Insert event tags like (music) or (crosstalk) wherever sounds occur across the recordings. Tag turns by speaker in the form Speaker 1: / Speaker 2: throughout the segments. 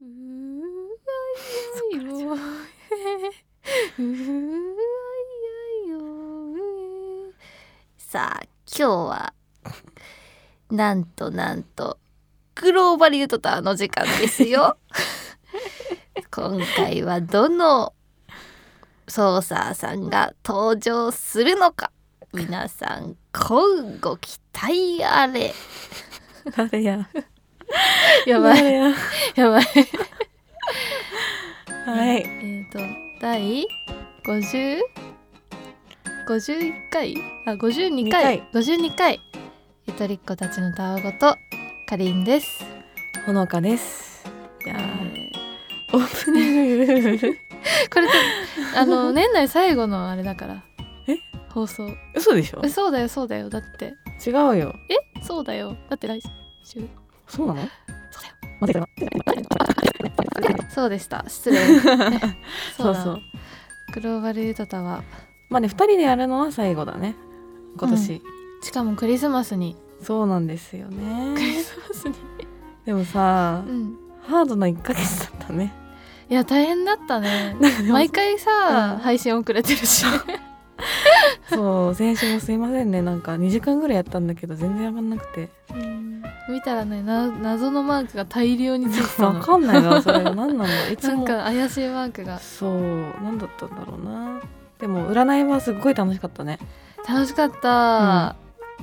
Speaker 1: うーあいあいよえうーあいあいよえさあ今日はなんとなんとグローバリュートターの時間です (laughs) よ今回はどのソーサーさんが登場するのか皆さん今後期待あれ
Speaker 2: 誰や
Speaker 1: やばい
Speaker 2: 誰や
Speaker 1: やばい
Speaker 2: はい
Speaker 1: えっ、と第50 51回あ52回52回ゆとりっ子たちのたわごとかりんです
Speaker 2: ほのかですいやー
Speaker 1: え
Speaker 2: オープニング
Speaker 1: ーこれって (laughs) あの年内最後のあれだから
Speaker 2: え
Speaker 1: 放送
Speaker 2: 嘘でしょ
Speaker 1: えそうだよそうだよだって
Speaker 2: 違うよ
Speaker 1: えそうだよだって来週 (laughs)
Speaker 2: そうなの
Speaker 1: そうだよ
Speaker 2: 待ってください
Speaker 1: そうでした
Speaker 2: (laughs)
Speaker 1: 失礼
Speaker 2: そう
Speaker 1: だ
Speaker 2: そう
Speaker 1: グローバルユタタは
Speaker 2: まあね二人でやるのは最後だね今年、
Speaker 1: しかもクリスマスに
Speaker 2: そうなんですよ
Speaker 1: ク
Speaker 2: ね
Speaker 1: リスマスに
Speaker 2: でもさ
Speaker 1: うん
Speaker 2: ハードな一ヶ月だったね
Speaker 1: いや大変だっ
Speaker 2: (laughs)
Speaker 1: たね
Speaker 2: なんかでも
Speaker 1: 毎回さ、
Speaker 2: うん
Speaker 1: 配信遅れてるし
Speaker 2: そう先週もすいませんねなんか2時間ぐらいやったんだけど全然やまんなくて
Speaker 1: 見たらねな謎のマークが大量についてた
Speaker 2: わ
Speaker 1: の
Speaker 2: かんないなそれ何なんだろういつ
Speaker 1: なん
Speaker 2: も
Speaker 1: か怪しいマークが
Speaker 2: そう何だったんだろうなでも占いはすっごい楽しかったね
Speaker 1: 楽しかった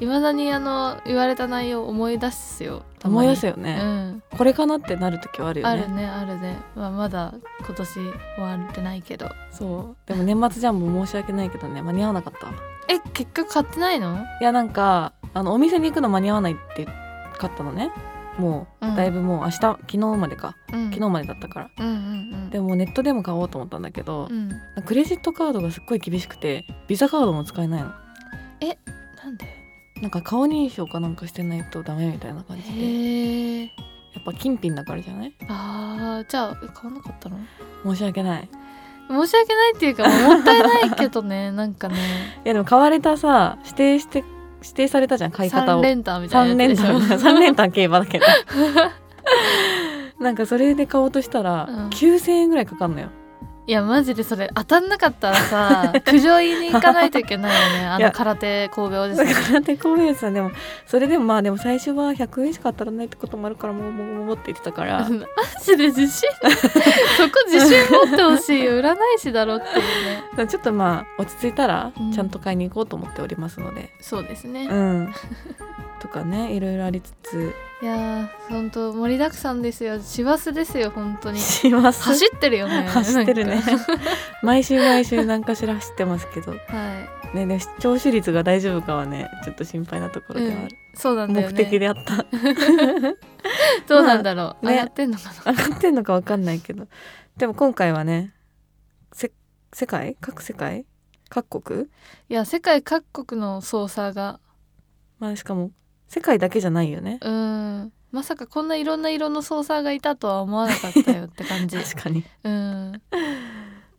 Speaker 1: いま、未だにあの言われた内容思い出すよたま
Speaker 2: 思
Speaker 1: に
Speaker 2: い出すよね、
Speaker 1: うん、
Speaker 2: これかなってなる時はあるよ
Speaker 1: あ
Speaker 2: ね
Speaker 1: るねあるね、まあ、まだ今年終わってないけど
Speaker 2: そうでも年末ジャンボ申し訳ないけどね間に合わなかったわ
Speaker 1: え結局買ってないの
Speaker 2: いやなんかあのお店に行くの間に合わないって買ったのねも
Speaker 1: うん
Speaker 2: うだいぶもう明日昨日までか
Speaker 1: うん
Speaker 2: 昨日までだったから、
Speaker 1: うんうんうん
Speaker 2: でもネットでも買おうと思ったんだけど
Speaker 1: う、ん
Speaker 2: クレジットカードがすっごい厳しくてビザカードも使えないの
Speaker 1: なんで
Speaker 2: なんか顔認証かなんかしてないとダメみたいな感じで
Speaker 1: へ
Speaker 2: や
Speaker 1: え
Speaker 2: っぱ金品だからじゃない
Speaker 1: あーじゃあ買わなかったの
Speaker 2: 申し訳ない
Speaker 1: 申し訳ないっていうかもったいないけどね (laughs) なんかね
Speaker 2: いやでも買われたさ指定して指定されたじゃん買い方
Speaker 1: 3
Speaker 2: を
Speaker 1: 連単みたい
Speaker 2: 三
Speaker 1: なや
Speaker 2: 連
Speaker 1: つでし
Speaker 2: 単
Speaker 1: ょ
Speaker 2: (laughs)
Speaker 1: (laughs)
Speaker 2: 三連単競馬だけど (laughs) なんかそれで買おうとしたら、
Speaker 1: うん
Speaker 2: 9000円ぐらいかかんのよ
Speaker 1: いやマジでそれ当たんなかったら
Speaker 2: (laughs)
Speaker 1: さ苦情言いに行かないといけないよねあ
Speaker 2: い
Speaker 1: の
Speaker 2: や
Speaker 1: 空手工業で
Speaker 2: だ
Speaker 1: す
Speaker 2: か
Speaker 1: ね
Speaker 2: らね小林さんでもそれでもまあでも最初は100円しか当たらないってこともあるからもうもうもうもうって言ってたか
Speaker 1: (laughs) マ
Speaker 2: ら
Speaker 1: ジで自
Speaker 2: (laughs)
Speaker 1: 信そこ自信持ってほしいよ占い師だろっていうね
Speaker 2: ちょっとまあ落ち着いたら
Speaker 1: うん
Speaker 2: ちゃんと買いに行こうと思っておりますので
Speaker 1: そうですね、
Speaker 2: うん、とかねいろいろありつつ
Speaker 1: いやーほんと盛りだくさんですよ師走ですよ本当に
Speaker 2: します
Speaker 1: 走ってるよね
Speaker 2: 走ってる
Speaker 1: な
Speaker 2: ね
Speaker 1: んか
Speaker 2: 毎週毎週何かしら走ってますけど
Speaker 1: は
Speaker 2: ねね聴取率が大丈夫かはねちょっと心配なとこ
Speaker 1: い、
Speaker 2: ろ
Speaker 1: う
Speaker 2: ではあ
Speaker 1: ん
Speaker 2: る、、
Speaker 1: そうなんだよ
Speaker 2: 目
Speaker 1: ね
Speaker 2: 的であ
Speaker 1: (laughs)
Speaker 2: った
Speaker 1: どうなんだろ
Speaker 2: (laughs)
Speaker 1: う、
Speaker 2: まあね
Speaker 1: 上がってんのかな
Speaker 2: 上がってんのかわかんないけどでも今回はねせ世界各世界各国、
Speaker 1: いや世界各国の捜査が
Speaker 2: まあ、しかも世界だけじゃないよね
Speaker 1: うーんまさかこんないろんな色の捜査がいたとは思わなかったよって感じ
Speaker 2: (laughs) 確かに、
Speaker 1: うん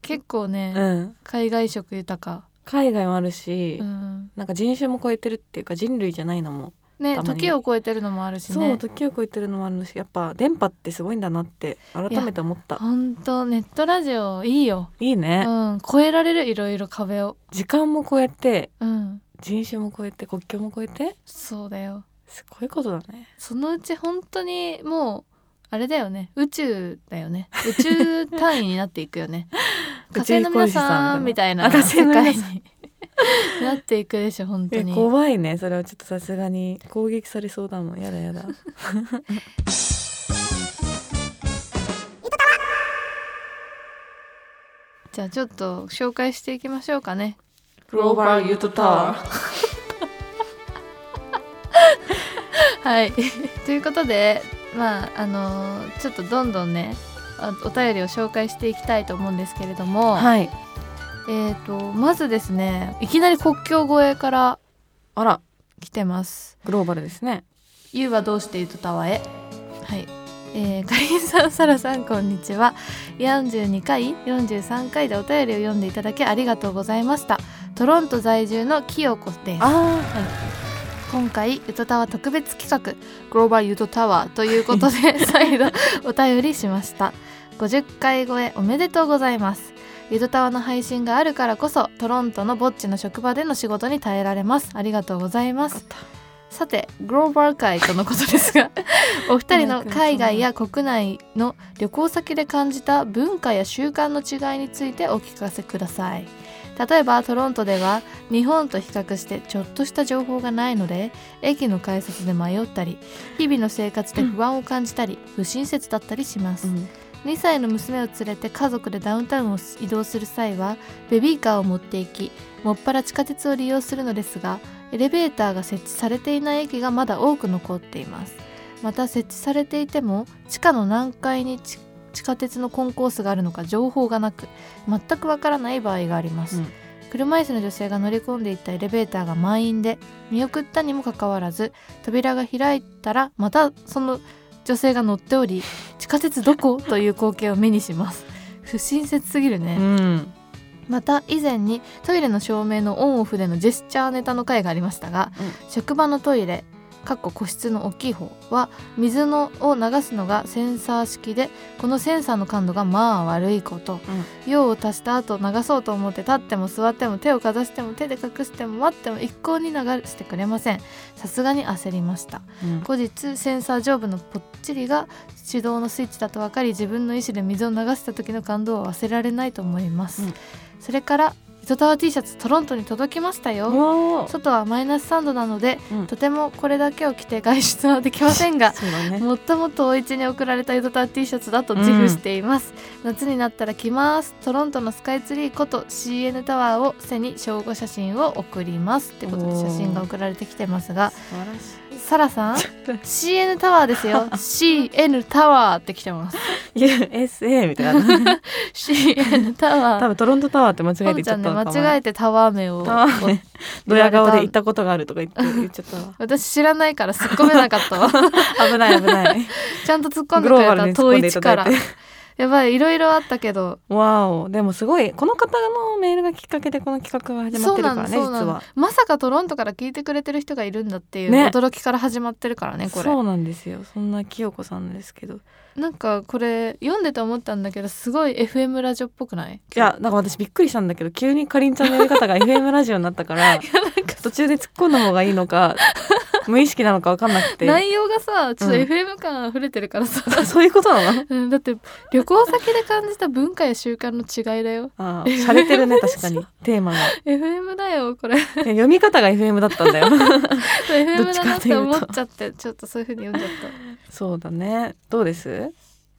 Speaker 1: 結構ね、
Speaker 2: うん、
Speaker 1: 海外色豊か、
Speaker 2: 海外もあるし、
Speaker 1: うん、
Speaker 2: なんか人種も超えてるっていうか人類じゃないのも、
Speaker 1: ね
Speaker 2: たまに
Speaker 1: 時を超えてるのもあるし
Speaker 2: そう
Speaker 1: ね
Speaker 2: 時を超えてるのもあるしやっぱ電波ってすごいんだなって改めて思った
Speaker 1: ほんとネットラジオいいよ、
Speaker 2: いいうね、
Speaker 1: ん、超えられるいろいろ壁を
Speaker 2: 時間も超えて
Speaker 1: うん
Speaker 2: 人種も超えて国境も超えて
Speaker 1: そうだよ
Speaker 2: すごいことだね
Speaker 1: そのうち本当にもうあれだよね宇宙だよね宇宙単位になっていくよね
Speaker 2: (laughs) 宇
Speaker 1: 火星
Speaker 2: 宙飛
Speaker 1: の
Speaker 2: 行
Speaker 1: 皆
Speaker 2: 士さ
Speaker 1: さ
Speaker 2: ん
Speaker 1: ん
Speaker 2: み
Speaker 1: み
Speaker 2: た
Speaker 1: た
Speaker 2: い
Speaker 1: い
Speaker 2: な
Speaker 1: な
Speaker 2: 世
Speaker 1: 世
Speaker 2: 界
Speaker 1: 界
Speaker 2: に
Speaker 1: に (laughs) なっていくでしょ本当
Speaker 2: え
Speaker 1: に
Speaker 2: 怖いねそれはちょっとさすがに攻撃されそうだもんやだやだ
Speaker 1: じゃあちょっと紹介していきましょうかね
Speaker 2: グローバルユトタ
Speaker 1: はい (laughs) ということでまああのーちょっとどんどんねあお便りを紹介していきたいと思うんですけれども、
Speaker 2: はい
Speaker 1: えっ、とまずですねいきなり国境越えから
Speaker 2: あら
Speaker 1: 来てます
Speaker 2: グローバルですね
Speaker 1: 「ゆうはどうしていとたわへ」はいえー、かりんさんさらさんこんにちは42回43回でお便りを読んでいただきありがとうございましたトロント在住のきよこです
Speaker 2: あ
Speaker 1: 今回ゆとたわ特別企画グローバルゆとたわということで再度お便りしました50回超えおめでとうございますゆとたわの配信があるからこそトロントのぼっちの職場での仕事に耐えられますありがとうございますさてグローバル界とのことですがお二人の海外や国内の旅行先で感じた文化や習慣の違いについてお聞かせください例えばトロントでは日本と比較してちょっとした情報がないので駅の改札で迷ったり日々の生活で不安を感じたり、不親切だったりします、2歳の娘を連れて家族でダウンタウンを移動する際はベビーカーを持って行きもっぱら地下鉄を利用するのですがエレベーターが設置されていない駅がまだ多く残っていますまた設置されていても地下の何階にち地下鉄のコンコースがあるのか情報がなく全くわからない場合があります、
Speaker 2: うん
Speaker 1: 車椅子の女性が乗り込んでいったエレベーターが満員で見送ったにもかかわらず扉が開いたらまたその女性が乗っており地下鉄どこという光景を目にします不親切すぎるね、
Speaker 2: うん
Speaker 1: また以前にトイレの照明のオンオフでのジェスチャーネタの回がありましたが、
Speaker 2: うん
Speaker 1: 職場のトイレかっこ個室の大きい方は水のを流すのがセンサー式でこのセンサーの感度がまあ悪いこと、用を足した後流そうと思って立っても座っても手をかざしても手で隠しても待っても一向に流してくれませんさすがに焦りました
Speaker 2: うん
Speaker 1: 後日センサー上部のぽっちりが手動のスイッチだと分かり自分の意思で水を流した時の感動は忘れられないと思います、
Speaker 2: うん
Speaker 1: それから糸タワー T シャツトロントに届きましたよ
Speaker 2: おー
Speaker 1: 外はマイナス3度なので、
Speaker 2: うん
Speaker 1: とてもこれだけを着て外出はできませんが
Speaker 2: そうだね
Speaker 1: もっともっとお家に送られたユドター T シャツだと自負しています、夏になったら来ますトロントのスカイツリーこと CN タワーを背に正午写真を送りますってことで写真が送られてきてますが
Speaker 2: 素晴らし
Speaker 1: サラさん CN タワーです (laughs) よ CN タワーって来てます
Speaker 2: い USA みたいな
Speaker 1: CN タ
Speaker 2: 多
Speaker 1: ワー
Speaker 2: 分トロントタワーって間違えて
Speaker 1: ポ
Speaker 2: 言
Speaker 1: ン
Speaker 2: っ
Speaker 1: ち
Speaker 2: ちゃ
Speaker 1: ゃ
Speaker 2: っ
Speaker 1: んね
Speaker 2: たのかも
Speaker 1: 間違えてタワー名を
Speaker 2: タワー名ドヤ顔で行ったことがあるとか言って言っちゃったわ
Speaker 1: 私知らないから突っ込めなかったわ
Speaker 2: (laughs) 危ない危ない
Speaker 1: ちゃんと突っ込んでくれた
Speaker 2: 突っ
Speaker 1: 遠
Speaker 2: 込ん
Speaker 1: い
Speaker 2: でい
Speaker 1: 位置
Speaker 2: ただ
Speaker 1: か
Speaker 2: い
Speaker 1: ら
Speaker 2: て
Speaker 1: やばいいろいろあったけど
Speaker 2: わおでもすごいこの方のメールがきっかけでこの企画が始まってるからね
Speaker 1: そ
Speaker 2: 実
Speaker 1: うなのそうなの
Speaker 2: は
Speaker 1: まさかトロントから聞いてくれてる人がいるんだっていう
Speaker 2: ね
Speaker 1: 驚きから始まってるからねこ
Speaker 2: そ
Speaker 1: れ
Speaker 2: うなんですよそんな清子さんですけどい
Speaker 1: なんかこれ読んでて思ったんだけどすごい FM ラジオっぽくない
Speaker 2: やなんか私びっくりしたんだけど急にかりんちゃんのやり方が FM ラジオになった
Speaker 1: (laughs)
Speaker 2: から途中で突っ込んだ方がいいのか無意識なのか分かんなくて
Speaker 1: 内容がさち
Speaker 2: う
Speaker 1: ょっと
Speaker 2: ん
Speaker 1: FM 感あふれてるからさ、
Speaker 2: (laughs) そういうことなの
Speaker 1: うんだって旅行先で感じた文化や習慣の違いだよ
Speaker 2: ああ洒落てるね確かにテーマが
Speaker 1: FM だよこれ
Speaker 2: いや読み方が FM だった
Speaker 1: (laughs)
Speaker 2: んだよ
Speaker 1: FM だなっ
Speaker 2: どっちかという
Speaker 1: て
Speaker 2: と
Speaker 1: 思っちゃってちょっとそういうふうに読んじゃった
Speaker 2: そうだねどうです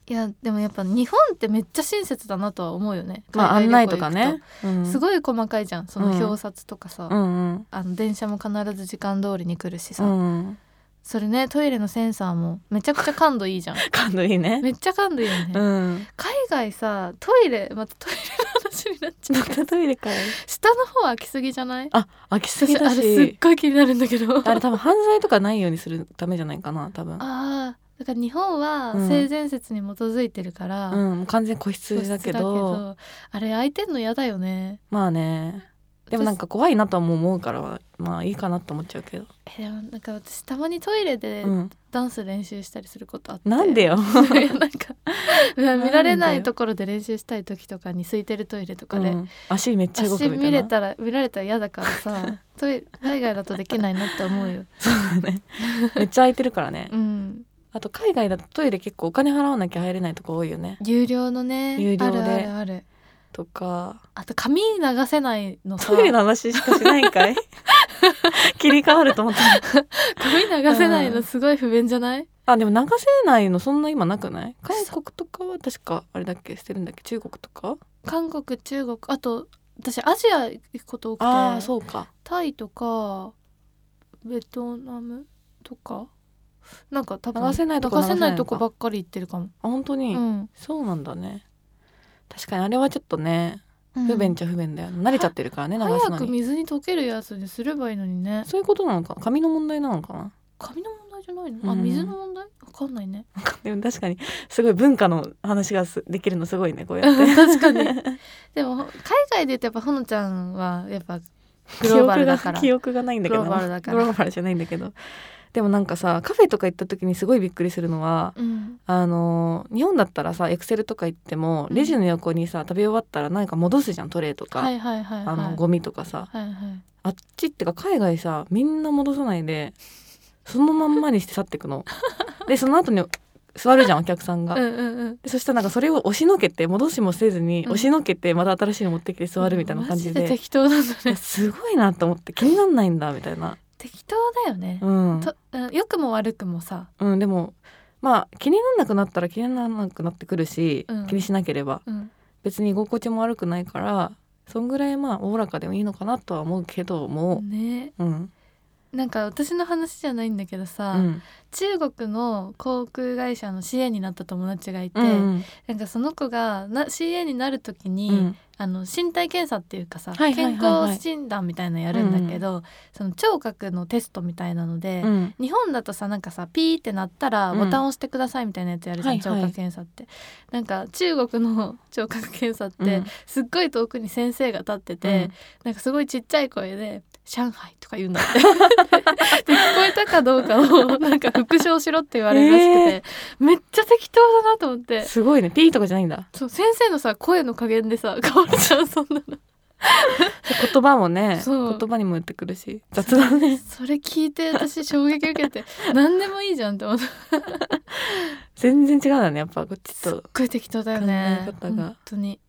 Speaker 1: いやでもやっぱ日本ってめっちゃ親切だなとは思うよね
Speaker 2: まあ案
Speaker 1: 海外
Speaker 2: 内
Speaker 1: 旅
Speaker 2: と
Speaker 1: 行行
Speaker 2: か
Speaker 1: く
Speaker 2: ね、うん、
Speaker 1: すごい細かいじゃんその表札とかさ、
Speaker 2: うん
Speaker 1: あの電車も必ず時間通りに来るし
Speaker 2: う
Speaker 1: さ、
Speaker 2: んうん
Speaker 1: それねトイレのセンサーもめちゃくちゃ感度いい (laughs) じゃん
Speaker 2: 感度いいね
Speaker 1: めっちゃ感度いいよね、
Speaker 2: うん
Speaker 1: 海外さトイレまたトイレの話になっちゃ
Speaker 2: ま
Speaker 1: うけど
Speaker 2: たトイレかい
Speaker 1: 下の方開きすぎじゃない
Speaker 2: あ開きすぎ
Speaker 1: 私あ
Speaker 2: だ
Speaker 1: れすっ
Speaker 2: し
Speaker 1: ごい気になるんだけど
Speaker 2: あれ多分犯罪とかないようにするためじゃないかな多分
Speaker 1: あーだから日本は
Speaker 2: うん
Speaker 1: 性善説に基づいてるから、
Speaker 2: うんもう完全個
Speaker 1: 個
Speaker 2: 室
Speaker 1: 室
Speaker 2: だけど
Speaker 1: あれ開いてんの嫌だよね
Speaker 2: まあねでもなんか怖いなとはもう思うからまあいいかなと思っちゃうけど、
Speaker 1: 私えでもなんか私たまにトイレで
Speaker 2: うん、
Speaker 1: ダンス練習したりすることあって、
Speaker 2: なんでよ
Speaker 1: (laughs) いやなんかいや見られ
Speaker 2: な
Speaker 1: な
Speaker 2: んだよ
Speaker 1: いところで練習したい時とかに空いてるトイレとか
Speaker 2: う
Speaker 1: で、
Speaker 2: ん足めっちゃ動く
Speaker 1: 足
Speaker 2: みた
Speaker 1: 見
Speaker 2: い
Speaker 1: れ
Speaker 2: な
Speaker 1: たら見られたら嫌だか
Speaker 2: (laughs)
Speaker 1: らさトイレ海外だとできないなって思うよ。 (laughs)
Speaker 2: めっちゃ空いてるからね
Speaker 1: うん、
Speaker 2: あと海外だとトイレ結構お金払わなきゃ入れないとこ多いよね
Speaker 1: 有料のね
Speaker 2: 有料で
Speaker 1: あるあるある
Speaker 2: とか
Speaker 1: あと髪流せないのさ
Speaker 2: トイレの話しかしないん
Speaker 1: (laughs)
Speaker 2: かい切り替わると思った
Speaker 1: 髪流せないのすごい不便じゃない
Speaker 2: あでも流せないのそんな今なくない韓国とかは確かあれだっけしてるんだっけ中国とか
Speaker 1: 韓国中国あと私アジア行くこと多くて
Speaker 2: ああそうか
Speaker 1: タイとかベトナムとかなんか多分
Speaker 2: 流せないとこ
Speaker 1: 流せないとこば
Speaker 2: あ
Speaker 1: っかり行ってるかも。
Speaker 2: 本当に、
Speaker 1: うん
Speaker 2: そうなんだね確かにあれはちょっとね
Speaker 1: うん
Speaker 2: 不便っちゃ不便だよ、慣れちゃってるからね流す
Speaker 1: 早
Speaker 2: の
Speaker 1: く
Speaker 2: に
Speaker 1: 水に溶けるやつにすればいいのにね
Speaker 2: そういうことなのか髪の問題なのかな
Speaker 1: 紙の問題じゃないのあ
Speaker 2: うん
Speaker 1: 水の問題わかんないね
Speaker 2: でも確かにすごい文化の話がすできる (laughs) のすごいねこうやって
Speaker 1: 確かにでも海外で言うとやっぱほのちゃんはやっぱ (laughs) グローバルだから
Speaker 2: 記憶が記憶がないんだけど
Speaker 1: グローバルだから
Speaker 2: グローバルじゃないんだけどでもなんかさカフェとか行った時にすごいびっくりするのは
Speaker 1: うん
Speaker 2: あのー日本だったらさエクセルとか行ってもレジの横にさ食べ終わったらなんか戻すじゃんトレイとか、
Speaker 1: はいはいはいはい
Speaker 2: あのゴミとかさ
Speaker 1: はいはい
Speaker 2: あっちってか海外さみんな戻さないでそのまんまにして去ってくのでその後に座るじゃんお客さんが、
Speaker 1: うんうんうん
Speaker 2: でそしたらなんかそれを押しのけて戻しもせずに、
Speaker 1: うん
Speaker 2: 押しのけてまた新しいの持ってきて座るみたいな感 (laughs) じで,、
Speaker 1: マジ適当なんだね
Speaker 2: すごいなと思って気になんないんだみたいな
Speaker 1: 適当だよね
Speaker 2: う、ん、
Speaker 1: とうん良くも悪くもさ
Speaker 2: うん、でもまあ気になんなくなったら気になんなくなってくるし、
Speaker 1: うん
Speaker 2: 気にしなければ
Speaker 1: うん
Speaker 2: 別に居心地も悪くないからそんぐらいまあおおらかでもいいのかなとは思うけども
Speaker 1: ね
Speaker 2: うん
Speaker 1: なんか私の話じゃないんだけど
Speaker 2: う
Speaker 1: さ、
Speaker 2: ん
Speaker 1: 中国の航空会社の CA になった友達がいて、
Speaker 2: うんうん
Speaker 1: なんかその子がな CA になる時に、
Speaker 2: うん
Speaker 1: あの身体検査っていうかさ、
Speaker 2: はいはいはいはい
Speaker 1: 健康診断みたいなのやるんだけど、その聴覚のテストみたいなので、
Speaker 2: うん
Speaker 1: 日本だとさなんかさピーって鳴ったら
Speaker 2: うん
Speaker 1: ボタン押してくださいみたいなやつやるじゃん、
Speaker 2: はいはい
Speaker 1: 聴覚検査って。なんか中国の (laughs) 聴覚検査って、
Speaker 2: うん
Speaker 1: すっごい遠くに先生が立ってて、なんかすごいちっちゃい声で「上海」とか言うんだって (laughs) で聞こえたかどうかをなんか復唱しろって言われるらしくて、めっちゃ適当だなと思って
Speaker 2: すごいねピーとかじゃないんだ
Speaker 1: そう先生のさ声の加減でさ (laughs) 変わるじゃんそんなの
Speaker 2: 言葉もね
Speaker 1: そう
Speaker 2: 言葉にも言ってくるし雑だね
Speaker 1: それ聞いて私衝撃受けて何でもいいじゃんって思った
Speaker 2: 全然違うんだねやっぱこっち
Speaker 1: すっ
Speaker 2: と
Speaker 1: ごい適当だよね
Speaker 2: 考え方が
Speaker 1: 本当に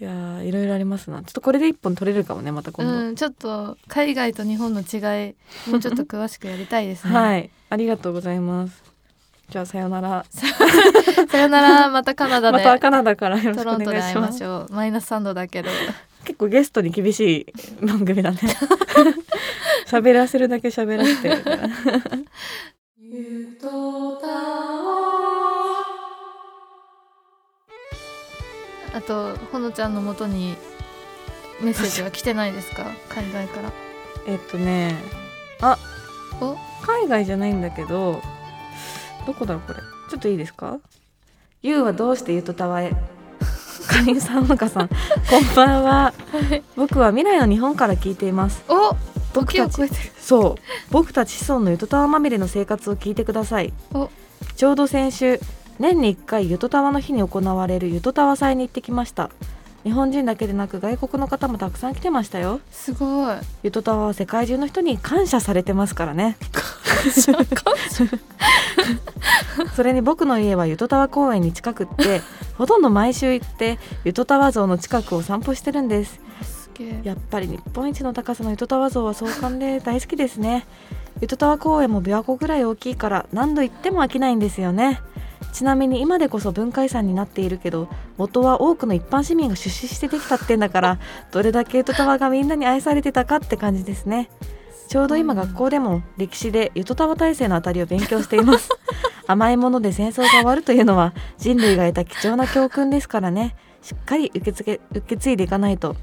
Speaker 2: いやーいろいろありますなちょっとこれで一本取れるかもねまた今度、
Speaker 1: うんちょっと海外と日本の違いもうちょっと詳しくやりたいですね、
Speaker 2: はいありがとうございますじゃあさようなら
Speaker 1: さよならまたカナダ
Speaker 2: ま
Speaker 1: で、
Speaker 2: たカナダからよろし
Speaker 1: ト
Speaker 2: く
Speaker 1: ロ
Speaker 2: お
Speaker 1: ント
Speaker 2: 願
Speaker 1: で
Speaker 2: い
Speaker 1: 会い
Speaker 2: しま
Speaker 1: ますしょうマイナス3度だけど
Speaker 2: 結構ゲストに厳しい番組だ
Speaker 1: (laughs)
Speaker 2: ね (laughs) 喋らせるだけ喋らせて (laughs) るから
Speaker 1: あとほのちゃんの元にメッセージは来てないですか海外から
Speaker 2: えっとね
Speaker 1: お
Speaker 2: 海外じゃないんだけどどこだろうこれちょっといいですかゆうはどうしてゆとたわへかりんさんのかさんこ (laughs) んばんは僕は未来の日本から聞いています
Speaker 1: お
Speaker 2: 僕
Speaker 1: 時を
Speaker 2: たち
Speaker 1: 超えてる
Speaker 2: そう僕たち子孫のゆとたわまみれの生活を聞いてください
Speaker 1: お
Speaker 2: ちょうど先週年に1回ゆとたわの日に行われるゆとたわ祭に行ってきました日本人だけでなく外国の方もたくさん来てましたよ
Speaker 1: すごい
Speaker 2: ゆとたわは世界中の人に感謝されてますからねそれに僕の家はゆとたわ公園に近くってほとんど毎週行ってゆとたわ像の近くを散歩してるんです
Speaker 1: すげえ
Speaker 2: やっぱり日本一の高さのゆとたわ像は壮観で大好きですね (laughs) ゆとたわ公園も琵琶湖ぐらい大きいから何度行っても飽きないんですよねちなみに今でこそ文化遺産になっているけど元は多くの一般市民が出資してできたってんだからどれだけゆとたわがみんなに愛されてたかって感じですねちょうど今学校でも歴史でゆとたわ体制のあたりを勉強しています甘いもので戦争が終わるというのは人類が得た貴重な教訓ですからねしっかり受け付け受け継いでいかないと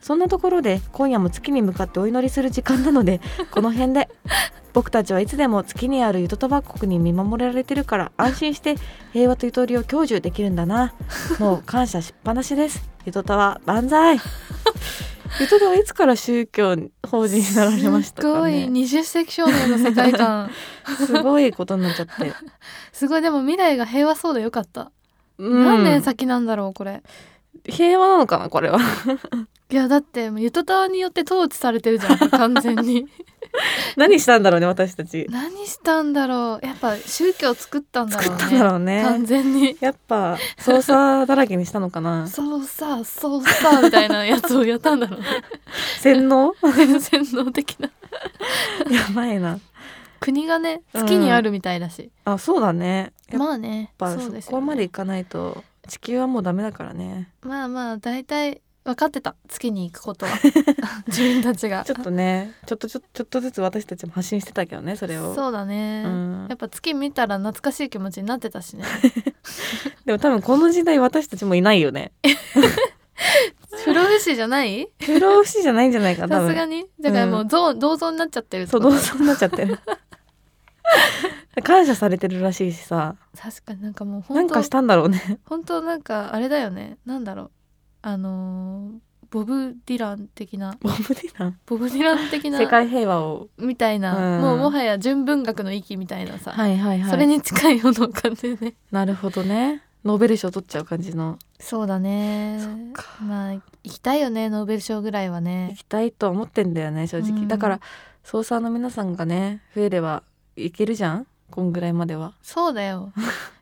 Speaker 2: そんなところで今夜も月に向かってお祈りする時間なの
Speaker 1: (laughs)
Speaker 2: でこの辺で僕たちはいつでも月にあるゆとたば国に見守られてるから安心して平和とゆとりを享受できるんだ
Speaker 1: (laughs)
Speaker 2: なもう感謝しっぱなしですゆとたわ万歳 (laughs) ゆとたはいつから宗教法人になられましたか
Speaker 1: す
Speaker 2: ね
Speaker 1: ごい二十世紀少年の世
Speaker 2: (laughs)
Speaker 1: 界観
Speaker 2: すごいことになっちゃって、
Speaker 1: すごいでも未来が平和そうでよかった、
Speaker 2: うん
Speaker 1: 何年先 (laughs) なんだろうこれ
Speaker 2: 平和なのかなこ
Speaker 1: (laughs)
Speaker 2: れは
Speaker 1: いやだってもうゆとたわによって統治されてるじ
Speaker 2: (laughs)
Speaker 1: ゃん完全に
Speaker 2: 何したんだろうね私たち
Speaker 1: 何したんだろうやっぱ宗教作ったんだろ
Speaker 2: 作
Speaker 1: う
Speaker 2: ったん
Speaker 1: ね
Speaker 2: だろうね
Speaker 1: 完全に
Speaker 2: やっぱ操作だらけにしたのか
Speaker 1: (laughs)
Speaker 2: な
Speaker 1: そうさそうさみたいなやつをやったんだろうね
Speaker 2: 洗脳
Speaker 1: 洗脳的な (laughs)
Speaker 2: やばいな
Speaker 1: 国がね月にあるみたいだし、
Speaker 2: あそうだねやっ
Speaker 1: まあね
Speaker 2: ぱ
Speaker 1: そう
Speaker 2: そ
Speaker 1: ですよね
Speaker 2: こまでいかないと地球はもうダメだからね
Speaker 1: まあまあ大体分かってた月に行くことは
Speaker 2: (laughs)
Speaker 1: 自分たちが
Speaker 2: ちょっとねちょっとちょちょっとずつ私たちも発信してたけどねそれを
Speaker 1: そうだね、
Speaker 2: うん
Speaker 1: やっぱ月見たら懐かしい気持ちになってたしね
Speaker 2: でも多分この時代私たちもいないよね
Speaker 1: 不老不死じゃない
Speaker 2: 不老不死じゃないんじゃないか
Speaker 1: (laughs) さ
Speaker 2: 多
Speaker 1: すが
Speaker 2: 分
Speaker 1: にだからもう像、銅像になっちゃってるって
Speaker 2: そ
Speaker 1: こ
Speaker 2: う
Speaker 1: と
Speaker 2: 同窓になっちゃってる感謝されてるらしいしさ
Speaker 1: 確かになんかもう
Speaker 2: な
Speaker 1: 本
Speaker 2: ん (laughs)
Speaker 1: 当
Speaker 2: かしたんだろうね
Speaker 1: 本当なんかあれだよねなんだろうあのーボブ・ディラン的な
Speaker 2: ボブ・ディラン
Speaker 1: ボブ・ディラン的な
Speaker 2: 世界平和を
Speaker 1: みたいな、
Speaker 2: うん
Speaker 1: もうもはや純文学の域みたいなさ、
Speaker 2: はいはいはい
Speaker 1: それに近いような感じでね
Speaker 2: なるほどねノーベル賞取っちゃう感じの
Speaker 1: そうだね
Speaker 2: そっか
Speaker 1: まあ行きたいよねノーベル賞ぐらいは
Speaker 2: 行
Speaker 1: ね
Speaker 2: きたいとは思ってんだよね正直、
Speaker 1: うん
Speaker 2: だから捜査の皆さんがね増えればいけるじゃんこんぐらいまでは
Speaker 1: そうだ (laughs) よ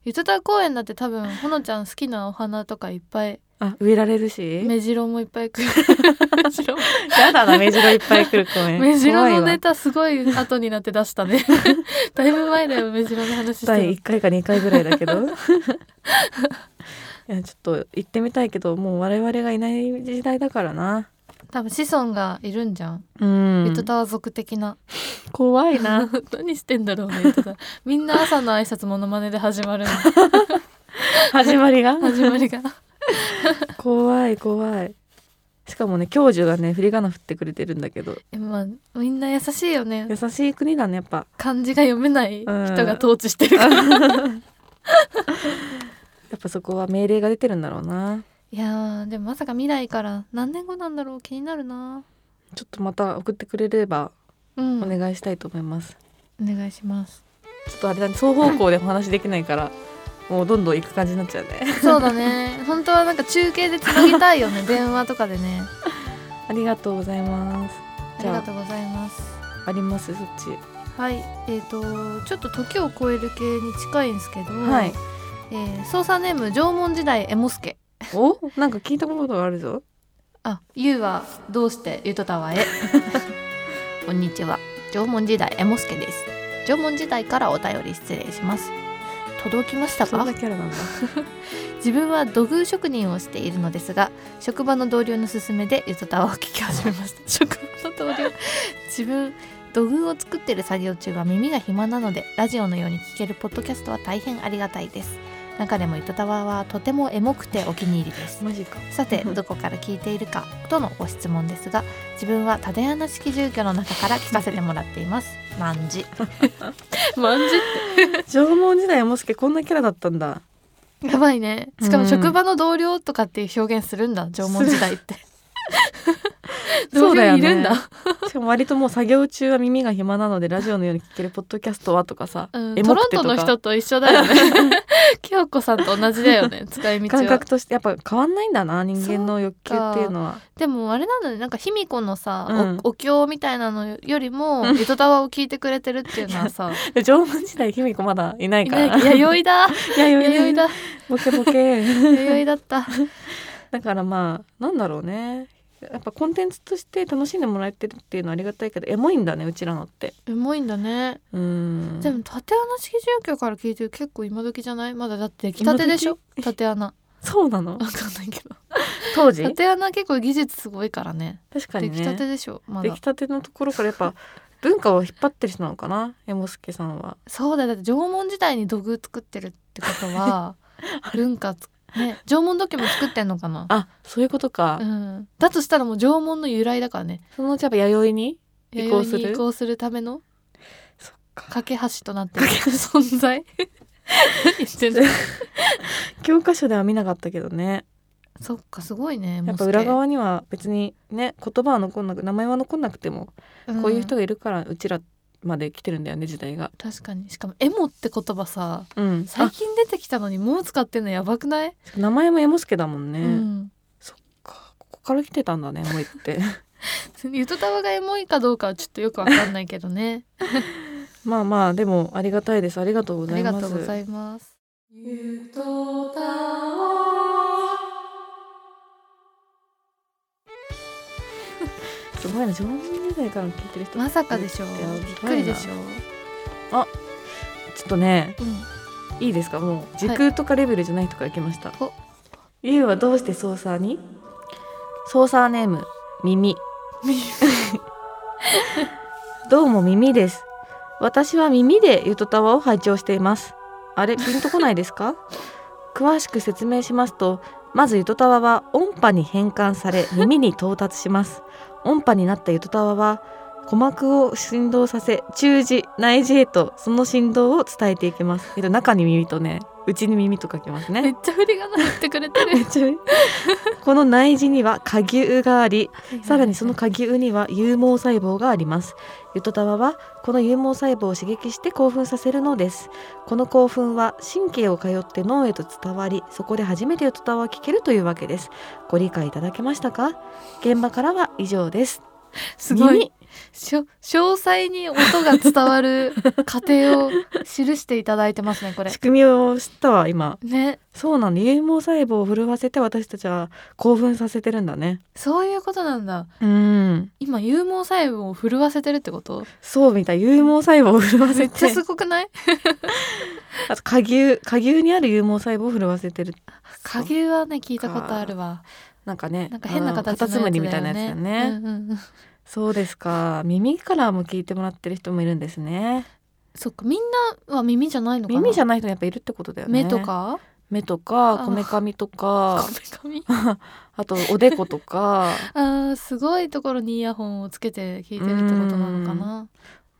Speaker 1: ゆとたわ公園だって多分ほのちゃん好きなお花とかいっぱい
Speaker 2: あ植えられるし
Speaker 1: 目白もいっぱい来る目 (laughs) 白
Speaker 2: やだな目白いっぱい来る公園
Speaker 1: (laughs) 目白の
Speaker 2: 怖
Speaker 1: ネ
Speaker 2: いわ
Speaker 1: タすごい後になって出したねだいぶ前だよ目白の話してた
Speaker 2: 第1回か2回ぐらいだけど (laughs) いやちょっと行ってみたいけどもう我々がいない時代だからな
Speaker 1: 多分子孫がいるんじゃん、
Speaker 2: うん
Speaker 1: ゆとたわ族的な
Speaker 2: 怖いな
Speaker 1: (laughs) 何してんだろうねゆとたわみんな朝の挨拶モノマネで始 (laughs) まるの
Speaker 2: (laughs) 始まり
Speaker 1: (laughs)
Speaker 2: が
Speaker 1: 始まりが
Speaker 2: 怖い怖いしかもね教授がね振り仮名振ってくれてるんだけど
Speaker 1: えまあみんな優しいよね
Speaker 2: 優しい国だねやっぱ
Speaker 1: 漢字が読めない人
Speaker 2: うん
Speaker 1: が統治してるから、 (laughs) い
Speaker 2: やっぱそこは命令が出てるんだろうな
Speaker 1: やーでもまさか未来から何年後なんだろう気になるな
Speaker 2: ちょっとまた送ってくれれば
Speaker 1: うん
Speaker 2: お願いしたいと思います、
Speaker 1: お願いします
Speaker 2: ちょっとあれだね双方向でお話できないからもうどんどん行く感じになっちゃうね
Speaker 1: そうだね (laughs) 本当はなんか中継でつなげたいよ
Speaker 2: (laughs)
Speaker 1: ね電話とかでね
Speaker 2: ありがとうございます
Speaker 1: あり
Speaker 2: じゃ
Speaker 1: が
Speaker 2: あ
Speaker 1: とうございます
Speaker 2: ありますそっち
Speaker 1: はいえー、とちょっと時を超える系に近いんですけど、
Speaker 2: はい
Speaker 1: えー操作ネーム縄文時代エモスケ
Speaker 2: おなんか聞いたことがあるぞ
Speaker 1: あ、ゆうはどうしてゆとたわへ。 (laughs) こんにちは。縄文時代えもすけです。縄文時代からお便り失礼します。届きました
Speaker 2: そん
Speaker 1: か
Speaker 2: なキャラなん
Speaker 1: (laughs)
Speaker 2: だ
Speaker 1: 自分は土偶職人をしているのですが職場の同僚の勧めでゆとたわを聞き始めました (laughs) 職場の同僚自分土偶を作ってる作業中は耳が暇なのでラジオのように聞けるポッドキャストは大変ありがたいです中でもゆとたわはとてもエモくてお気に入りです
Speaker 2: マジか
Speaker 1: さてどこから聞いているかとのご質問ですが自分は立穴式住居の中から聞かせてもらっています万事 (laughs) 万事
Speaker 2: 縄文時代もすけこんなキャラだったん
Speaker 1: (laughs)
Speaker 2: だ
Speaker 1: やばいねしか
Speaker 2: う
Speaker 1: も
Speaker 2: ん
Speaker 1: 職場の同僚とかっていう表現するんだ縄文時代って (laughs)
Speaker 2: そ
Speaker 1: 同
Speaker 2: うだ
Speaker 1: 僚
Speaker 2: よ
Speaker 1: い
Speaker 2: ね
Speaker 1: るんだう
Speaker 2: しかも割ともう作業中は耳が暇なのでラジオのように聞けるポッドキャストはとかさ、
Speaker 1: ん
Speaker 2: エ
Speaker 1: ト
Speaker 2: モ
Speaker 1: ロ
Speaker 2: く
Speaker 1: ン
Speaker 2: て
Speaker 1: ト
Speaker 2: とか
Speaker 1: の人と一緒だよね (laughs) 京子さんと同じだよ (laughs) ね使い道
Speaker 2: 感
Speaker 1: は
Speaker 2: 覚としてやっぱ変わんないんだな人間の欲求っていうのは
Speaker 1: でもあれなのねなんか卑弥呼のさ、
Speaker 2: うん
Speaker 1: おお経みたいなのよりも「ゆとたわ」を聞いてくれてるっていうのはさ
Speaker 2: で縄文時代卑 (laughs) 弥呼まだいない
Speaker 1: い
Speaker 2: から
Speaker 1: (laughs) ない弥生 (laughs) だ
Speaker 2: 弥
Speaker 1: 弥生だ
Speaker 2: ボケボケ
Speaker 1: (laughs) 弥生だった
Speaker 2: だからまあなんだろうねやっぱコンテンツとして楽しんでもらえてるっていうのはありがたいけどエモいんだねうちらのって
Speaker 1: うまいんだね、
Speaker 2: うーん
Speaker 1: でも縦穴式住居から聞いてる結構今時じゃないまだだって出来たてでしょ縦穴
Speaker 2: そうなの
Speaker 1: わかんないけど
Speaker 2: 当時
Speaker 1: 縦穴結構技術すごいからね
Speaker 2: 確かに
Speaker 1: 出来たて
Speaker 2: ね
Speaker 1: でしょま
Speaker 2: 出
Speaker 1: だ
Speaker 2: 来たてのところからやっぱ文化を引っ張ってる人なのかなエモスケさんは
Speaker 1: そうだよだって縄文時代に土偶作ってるってこと
Speaker 2: (laughs)
Speaker 1: は文化つね縄文土器も作ってんのかな
Speaker 2: あそういうことか、
Speaker 1: うんだとしたらもう縄文の由来だからね
Speaker 2: そのうちやっぱ弥生に移行
Speaker 1: 弥
Speaker 2: す
Speaker 1: 生
Speaker 2: る
Speaker 1: に移行するための
Speaker 2: そっか
Speaker 1: 架け橋となってる存 (laughs) 在言っ
Speaker 2: (laughs)
Speaker 1: てんの
Speaker 2: 教科書では見なかったけどね
Speaker 1: そっかすごいね
Speaker 2: やっぱ
Speaker 1: モスケ
Speaker 2: 裏側には別にね言葉は残んなく名前は残んなくても、
Speaker 1: ん
Speaker 2: こういう人がいるからうちらまで来てるんだよね時代が。
Speaker 1: 確かにしかもエモって言葉さ
Speaker 2: うん、
Speaker 1: 最
Speaker 2: あ
Speaker 1: 近出てきたのにもう使ってんのやばくない、
Speaker 2: 名前もエモスケだもんね。
Speaker 1: うん
Speaker 2: かここから来てたんだねエモいって。 (laughs)
Speaker 1: ゆとたわがエモいかどうかはちょっとよくわかんないけどね
Speaker 2: まあまあでもありがたいですありがとうご
Speaker 1: あ
Speaker 2: ざ
Speaker 1: り
Speaker 2: い
Speaker 1: が
Speaker 2: ます。
Speaker 1: とうございます
Speaker 2: すごいな縄文時代から聞いてる人。
Speaker 1: まさかでしょう
Speaker 2: いや
Speaker 1: びっくりでしょう、
Speaker 2: ちょっとね
Speaker 1: うん、
Speaker 2: いいですかもう時空とかレベルじゃない人から来ました。
Speaker 1: お
Speaker 2: ゆうはどうしてソーサーに？ソーサーネーム耳。 (laughs) どうも耳です。私は耳でゆとたわを拝聴しています。あれ、ピンとこないです (laughs) か詳しく説明しますと、まずゆとたわは音波に変換され耳に到達します。音波になったゆとたわは、鼓膜を振動させ、中耳、内耳へとその振動を伝えていきます。えっと、中に耳とね、うちに耳と書きます
Speaker 1: めっ
Speaker 2: ね
Speaker 1: ちゃ振りがなってくれてる
Speaker 2: この内耳には下牛があ
Speaker 1: (laughs)
Speaker 2: り (laughs) さらにその
Speaker 1: は
Speaker 2: 下牛には有毛細胞がありますユトタワはこの有毛細胞を刺激して興奮させるのですこの興奮は神経を通って脳へと伝わりそこで初めてユトタワは聞けるというわけですご理解いただけましたか現場からは以上です
Speaker 1: いはいすごい
Speaker 2: 耳
Speaker 1: しょ詳細に音が伝わる過程を記していただいてますねこれ
Speaker 2: 仕組みを知ったわ今
Speaker 1: ね
Speaker 2: そうなんだ有毛細胞を震わせて私たちは興奮させてるんだね
Speaker 1: そういうことなんだ
Speaker 2: うん
Speaker 1: 今有毛細胞を震わせてるってこと
Speaker 2: そうみたい有毛細胞を震わ
Speaker 1: め
Speaker 2: せ
Speaker 1: っちゃ
Speaker 2: て
Speaker 1: すごくない
Speaker 2: あと下牛下牛にある有毛細胞を震わせてる
Speaker 1: 影はね聞いたことあるわ
Speaker 2: なんかね
Speaker 1: なんか変な形
Speaker 2: あのカタツ
Speaker 1: の
Speaker 2: ム
Speaker 1: やつ
Speaker 2: リ
Speaker 1: だよね
Speaker 2: みたいなやつだよね、
Speaker 1: うんうんうん
Speaker 2: そうですか耳からも聞いてもらってる人もいるんですね
Speaker 1: そっかみんなは耳じゃないのかな
Speaker 2: 耳じゃ
Speaker 1: な
Speaker 2: ない人やっぱいるってことだよね
Speaker 1: 目とか
Speaker 2: 目とか
Speaker 1: あ
Speaker 2: こめかみとか
Speaker 1: こめかみ
Speaker 2: あとおでことか
Speaker 1: (laughs) あーすごいところにイヤホンをつけて聞いてるってことなのかな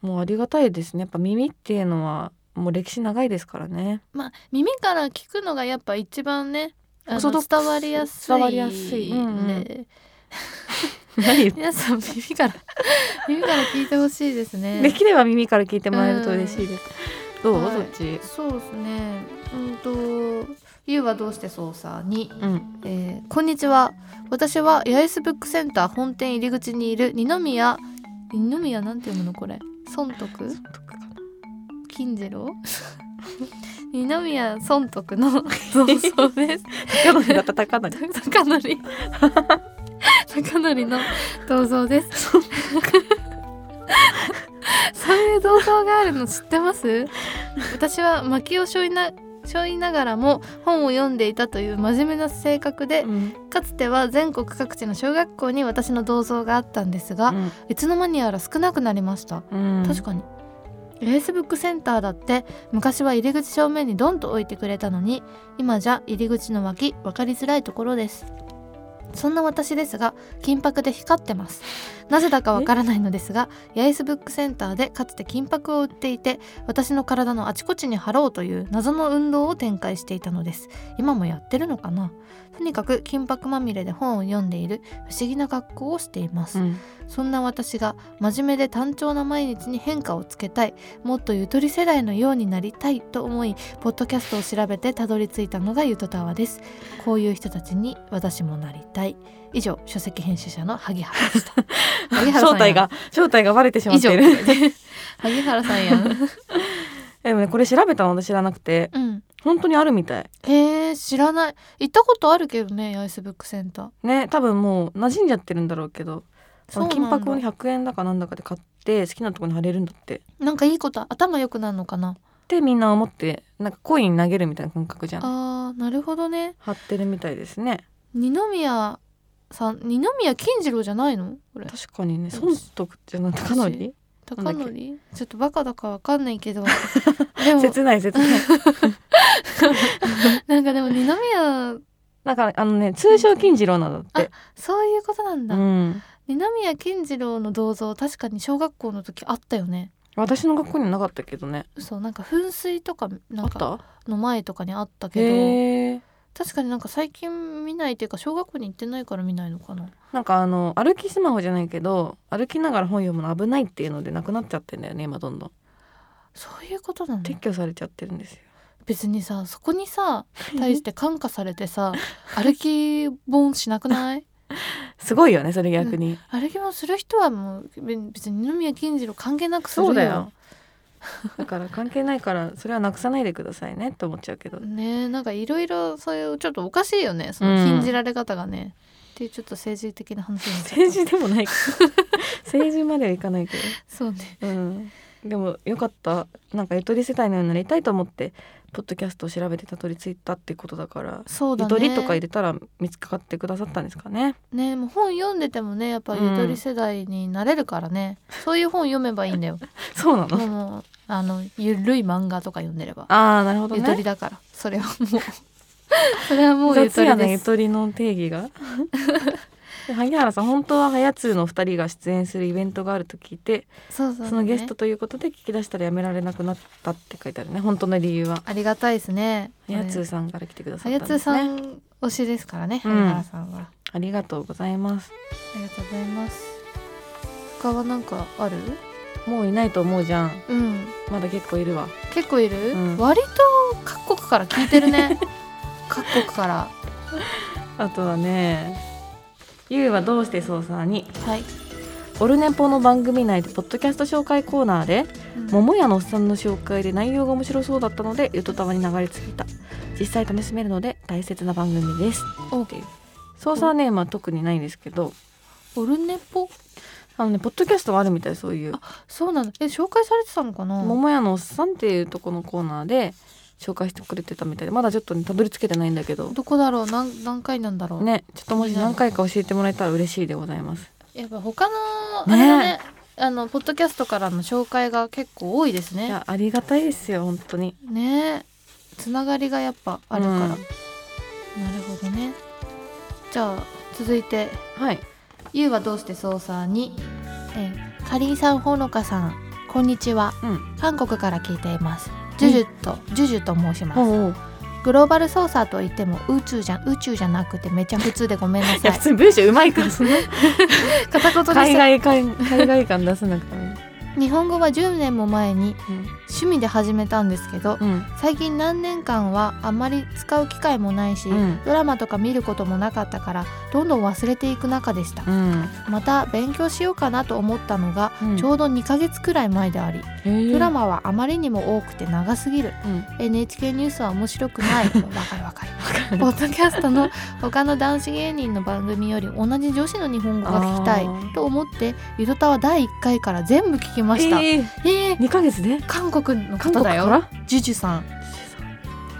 Speaker 2: もうありがたいですねやっぱ耳っていうのはもう歴史長いですからね
Speaker 1: まあ耳から聞くのがやっぱ一番ねあ
Speaker 2: オーソド
Speaker 1: の
Speaker 2: ックス
Speaker 1: 伝わりやすい
Speaker 2: 伝わりやすいうんうん
Speaker 1: ね
Speaker 2: 何
Speaker 1: 皆さん耳から (laughs) 耳から聞いてほしいです
Speaker 2: (laughs)
Speaker 1: ね
Speaker 2: できれば耳から聞いてもらえると嬉しいですどう、
Speaker 1: はい
Speaker 2: そっち
Speaker 1: そうですねうんと「ゆうはどうして操作に」
Speaker 2: (laughs) うん
Speaker 1: えーこんにちは私は八重洲ブックセンター本店入り口にいる二宮二宮なんて読むのこれ孫徳金次郎二宮孫徳の造像です
Speaker 2: 高野が叩かない
Speaker 1: 高典高典の銅像ですそういう銅像があるの知ってます私は薪を背負いな背負いながらも本を読んでいたという真面目な性格で
Speaker 2: うん
Speaker 1: かつては全国各地の小学校に私の銅像があったんですが、いつの間にやら少なくなりました
Speaker 2: うん
Speaker 1: 確かにレースブックセンターだって昔は入り口正面にドンと置いてくれたのに今じゃ入り口の脇分かりづらいところですそんな私ですが金箔で光ってますなぜだかわからないのですが八重洲ブックセンターでかつて金箔を売っていて私の体のあちこちに貼ろうという謎の運動を展開していたのです今もやってるのかなとにかく金箔まみれで本を読んでいる不思議な格好をしています
Speaker 2: うん
Speaker 1: そんな私が真面目で単調な毎日に変化をつけたいもっとゆとり世代のようになりたいと思いポッドキャストを調べてたどり着いたのがゆとたわですこういう人たちに私もなりたい以上書籍編集者の萩原でした
Speaker 2: (laughs)
Speaker 1: 萩原
Speaker 2: 正
Speaker 1: さん
Speaker 2: 体
Speaker 1: やん
Speaker 2: が正体がバレてしま
Speaker 1: 以
Speaker 2: って
Speaker 1: 上
Speaker 2: いる
Speaker 1: (laughs) 萩原さんや
Speaker 2: (laughs)
Speaker 1: ん
Speaker 2: でもねこれ調べたの私知らなくて
Speaker 1: うん
Speaker 2: 本当にあるみたい
Speaker 1: へえ知らない行ったことあるけどね八重洲ブックセンター
Speaker 2: ね多分もう馴染んじゃってるんだろうけどこの金箔を
Speaker 1: を
Speaker 2: ね100円だかなんだかで買って好きなとこに貼れるんだって
Speaker 1: なんかいいこと頭良くなるのかな
Speaker 2: ってみんな思ってなんかコイン投げるみたいな感覚じゃん
Speaker 1: あーなるほどね
Speaker 2: 貼ってるみたいですね
Speaker 1: 二宮さん二宮金次郎じゃないのこれ
Speaker 2: 確かにね
Speaker 1: うん
Speaker 2: 損得じゃなくてかなり
Speaker 1: 高典ちょっとバカだかわかんな
Speaker 2: (laughs)
Speaker 1: いけどでも
Speaker 2: 切ない切
Speaker 1: (laughs)
Speaker 2: ない
Speaker 1: なんかでも二宮
Speaker 2: なんかあのね通称金次郎なんだって
Speaker 1: そういうことなんだ、
Speaker 2: うん
Speaker 1: 二宮金次郎の銅像確かに小学校の時あったよね
Speaker 2: 私の学校にはなかったけどね
Speaker 1: 嘘なんか噴水とか
Speaker 2: あ
Speaker 1: なん
Speaker 2: っ
Speaker 1: か
Speaker 2: た
Speaker 1: の前とかにあったけど
Speaker 2: へえ
Speaker 1: 確かになんか最近見ないっていうか小学校に行ってないから見ないのかな
Speaker 2: なんかあの歩きスマホじゃないけど歩きながら本読むの危ないっていうのでなくなっちゃってんだよね今どんどん
Speaker 1: そういうことなの
Speaker 2: 撤去されちゃってるんですよ
Speaker 1: 別にさそこ
Speaker 2: (laughs)
Speaker 1: にさ対して感化されてさ歩き本しなくない
Speaker 2: すごいよねそれ逆に、
Speaker 1: 歩きもする人はもうべ別に二宮金次郎関係なくする
Speaker 2: そ
Speaker 1: よ
Speaker 2: うだよだから関係ないからそれはなくさないでくださいねって思っちゃうけど
Speaker 1: ねえなんかいろいろそういうちょっとおかしいよねその
Speaker 2: うん
Speaker 1: 禁じられ方がね、っていうちょっと政治的な話になっち
Speaker 2: (laughs)
Speaker 1: ゃった
Speaker 2: 政治でも
Speaker 1: (laughs)
Speaker 2: ない政治まではいかないけ
Speaker 1: そうね
Speaker 2: ど、うん、でもよかったなんかゆとり世代のようになりたいと思ってポッドキャストを調べてたどり着いたってことだから
Speaker 1: そうだ
Speaker 2: ゆ
Speaker 1: ね
Speaker 2: とりとか入れたら見つかってくださったんですかね
Speaker 1: ねえもう本読んでてもねやっぱゆとり世代になれるからね、そういう本読めばいいんだよ
Speaker 2: (laughs) そうなの、あ
Speaker 1: もうあのゆるい漫画とか読んでれば、
Speaker 2: あーなるほど
Speaker 1: ゆと
Speaker 2: ね
Speaker 1: りだからそ (laughs) れはもう (laughs) それはもうゆ
Speaker 2: 雑
Speaker 1: とり
Speaker 2: やなゆ
Speaker 1: です
Speaker 2: とりの定義がで萩原さん本当は「はやつの2人が出演するイベントがあると聞いて
Speaker 1: そうそう、ね、
Speaker 2: そのゲストということで聞き出したらやめられなくなったって書いてあるね本当の理由は
Speaker 1: ありがたいですね
Speaker 2: はやつさんから来てくださ
Speaker 1: は
Speaker 2: った
Speaker 1: や
Speaker 2: んで
Speaker 1: つ
Speaker 2: す
Speaker 1: さ
Speaker 2: ね
Speaker 1: ん推しですからね、
Speaker 2: うん
Speaker 1: 萩原さんは
Speaker 2: ありがとうございます
Speaker 1: ありがとうございます他はなんかある
Speaker 2: もういないと思うじゃん
Speaker 1: うん
Speaker 2: まだ結構いるわ
Speaker 1: 結構いる、
Speaker 2: うん
Speaker 1: 割と各国から聞いてる (laughs) ね各国から
Speaker 2: あとはねゆうはどうしてそうさんに
Speaker 1: はい、
Speaker 2: オルネポの番組内でポッドキャスト紹介コーナーで
Speaker 1: うん
Speaker 2: 桃屋のおっさんの紹介で内容が面白そうだったのでゆとたわに流れ着いた実際楽しめるので大切な番組です
Speaker 1: お
Speaker 2: 操作ネームは特にないんですけど
Speaker 1: オルネポ
Speaker 2: あのねポッドキャストはあるみたいそういう
Speaker 1: そうなんだえ紹介されてたのかな
Speaker 2: 桃屋のおっさんっていうとこのコーナーで紹介してくれてたみたいでまだちょっとねたどり着けてないんだけど
Speaker 1: どこだろう何何回なんだろう、
Speaker 2: ねちょっともし何回か教えてもらえたら嬉しいでございます
Speaker 1: やっぱ他の
Speaker 2: ね
Speaker 1: あれだねあのポッドキャストからの紹介が結構多いです
Speaker 2: い
Speaker 1: ね
Speaker 2: やありがたいですよ本当に
Speaker 1: ねつながりがやっぱあるから、
Speaker 2: うん
Speaker 1: なるほどねじゃあ続いて
Speaker 2: はい
Speaker 1: ゆうはどうして捜査に、えー、かりんさんほのかさんこんにちは
Speaker 2: うん
Speaker 1: 韓国から聞いていますジュジュと、ジュジュと申します、
Speaker 2: おうおう
Speaker 1: グローバル操作といっても宇宙じゃ宇宙じゃなくてめちゃ普通でごめんない
Speaker 2: や
Speaker 1: (laughs) さい
Speaker 2: 普通に文章うまい (laughs) からその
Speaker 1: 片言で
Speaker 2: 海
Speaker 1: す
Speaker 2: 外 (laughs) 感海外感出さなくてもいい、
Speaker 1: 日本語は10年も前に趣味で始めたんですけど
Speaker 2: うんうん
Speaker 1: 最近何年間はあまり使う機会もないし、
Speaker 2: うん
Speaker 1: ドラマとか見ることもなかったからどんどん忘れていく中でした、
Speaker 2: うん
Speaker 1: また勉強しようかなと思ったのが、
Speaker 2: うん
Speaker 1: ちょうど2ヶ月くらい前であり、ドラマはあまりにも多くて長すぎる
Speaker 2: うん
Speaker 1: NHK ニュースは面白くないわかるわかるポッドキャス
Speaker 2: (laughs)
Speaker 1: トの他の男子芸人の番組より同じ女子の日本語が聞きたい
Speaker 2: あー
Speaker 1: と思ってゆとたは第1回から全部聞きましたえ
Speaker 2: えー
Speaker 1: ー
Speaker 2: 二ヶ月で
Speaker 1: 韓国の
Speaker 2: 韓国
Speaker 1: 方
Speaker 2: か
Speaker 1: だ
Speaker 2: ら
Speaker 1: よジュジュさん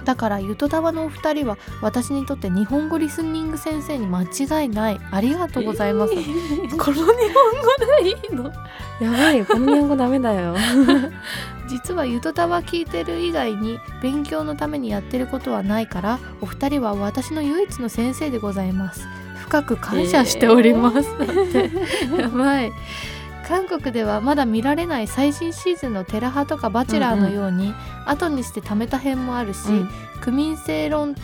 Speaker 1: だからゆとたわのお二人は私にとって日本語リスニング先生に間違いないありがとうございます、
Speaker 2: えー
Speaker 1: この日本語でいいの
Speaker 2: (laughs) やばいよこの日本語ダメだよ
Speaker 1: 実はゆとたわ聞いてる以外に勉強のためにやってることはないからお二人は私の唯一の先生でございます深く感謝しております、だってやばい韓国ではまだ見られない最新シーズンの「テラハ」とか「バチェラー」のように、後にして貯めた編もあるし、
Speaker 2: うん
Speaker 1: 区民正論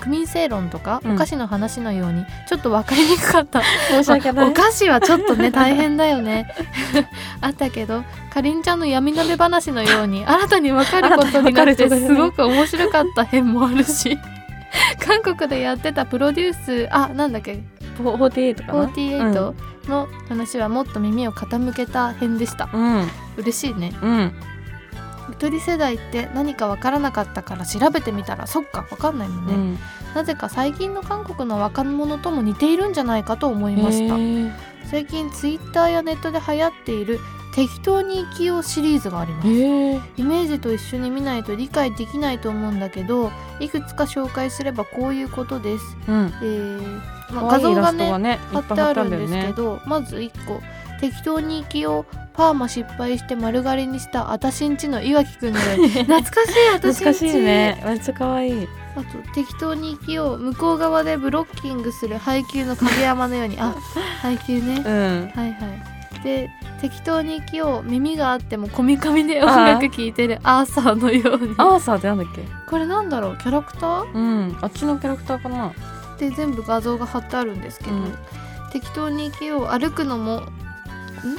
Speaker 1: 区民正論とか
Speaker 2: うん
Speaker 1: お菓子の話のようにちょっと分かりにくかった
Speaker 2: 申し訳ない
Speaker 1: お菓子はちょっとね大変だよね (laughs) あったけどかりんちゃんの闇鍋話のように新たに分かることにな
Speaker 2: 新た
Speaker 1: っ
Speaker 2: に分かる人
Speaker 1: て
Speaker 2: がね
Speaker 1: すごく面白かった編もあるし韓国でやってたプロデュースあなんだっけ
Speaker 2: フォーティエイトかな
Speaker 1: 48の話はもっと耳を傾けた編でした
Speaker 2: うん
Speaker 1: 嬉しいね
Speaker 2: うん
Speaker 1: ゆとり世代って何か分からなかったから調べてみたらそっか分かんないもん
Speaker 2: う
Speaker 1: ね、
Speaker 2: ん
Speaker 1: なぜか最近の韓国の若者とも似ているんじゃないかと思い
Speaker 2: い
Speaker 1: ました、最近ツイッターやネットで流行っている適当に生きようシリーズがあります
Speaker 2: え
Speaker 1: イメージと一緒に見ないと理解できないと思うんだけどいくつか紹介すればこういうことです、
Speaker 2: うん
Speaker 1: えーまあ
Speaker 2: 可
Speaker 1: 画
Speaker 2: 愛い
Speaker 1: 像
Speaker 2: イラ
Speaker 1: が
Speaker 2: スト
Speaker 1: ね
Speaker 2: がねい
Speaker 1: 貼
Speaker 2: っ
Speaker 1: っ
Speaker 2: ぱい
Speaker 1: て
Speaker 2: 貼
Speaker 1: あ
Speaker 2: ってあ
Speaker 1: る
Speaker 2: るん
Speaker 1: ん
Speaker 2: だよ
Speaker 1: ですけ
Speaker 2: ね
Speaker 1: ど、まず1個適当に生きようパーマ失敗して丸刈りにしたあたしんちの岩城く
Speaker 2: (laughs)
Speaker 1: んで懐かしいあたしん
Speaker 2: 懐か
Speaker 1: ち
Speaker 2: しいねめっちゃ可愛い
Speaker 1: あと適当に生きよう向こう側でブロッキングする配給の影山のよ
Speaker 2: (laughs)
Speaker 1: うにあ配給ね
Speaker 2: うん
Speaker 1: はいはい。で適当に生きよう耳があってもこみかみで音楽聴いてるアーサーのように
Speaker 2: アーサーってなんだっけ
Speaker 1: これなんだろうキャラクター
Speaker 2: うんあっちのキャラクターかな
Speaker 1: って全部画像が貼ってあるんですけど、
Speaker 2: うん
Speaker 1: 適当に生きよう歩くのもん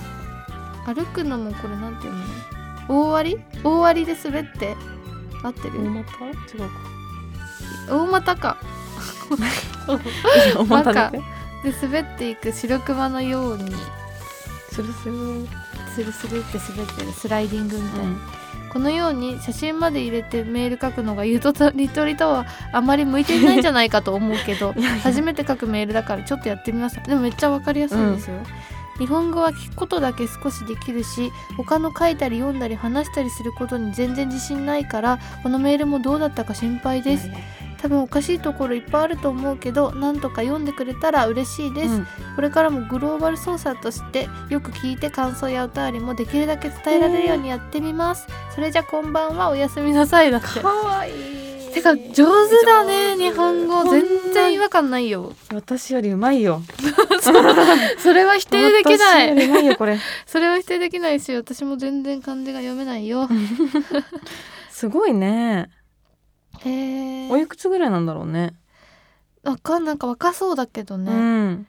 Speaker 1: 歩くのもこれなんていうの大割り大割りで滑って合ってる、
Speaker 2: 股違う
Speaker 1: 大股か
Speaker 2: か (laughs) お股だけ
Speaker 1: で滑っていく白クマのように
Speaker 2: スルスルうん
Speaker 1: スルスルって滑ってるスライディングみたいな、このように写真まで入れてメール書くのがゆととりとりとはあまり向いていないんじゃないかと思うけど
Speaker 2: いやいや
Speaker 1: 初めて書くメールだからちょっとやってみましたでもめっちゃわかりやすいんですよ、日本語は聞くことだけ少しできるし他の書いたり読んだり話したりすることに全然自信ないからこのメールもどうだったか心配です多分おかしいところいっぱいあると思うけどなんとか読んでくれたら嬉しいです、
Speaker 2: うん
Speaker 1: これからもグローバル操作としてよく聞いて感想やお便りもでき (laughs) るだけ伝えられるようにやってみます、それじゃこんばんはおやすみなさいだって
Speaker 2: 可愛い
Speaker 1: てか上手だね日本語
Speaker 2: こんな
Speaker 1: 全然違和感ないよ
Speaker 2: 私よりうまいよ
Speaker 1: それは否定できな
Speaker 2: 私よ
Speaker 1: い
Speaker 2: りうまいよこ
Speaker 1: (laughs)
Speaker 2: れ
Speaker 1: それは否定できないし私も全然漢字が読めないよ
Speaker 2: すごいね
Speaker 1: へえ
Speaker 2: おいくつぐらいなんだろうね
Speaker 1: わかんなんか若そうだけど
Speaker 2: う
Speaker 1: ね、
Speaker 2: ん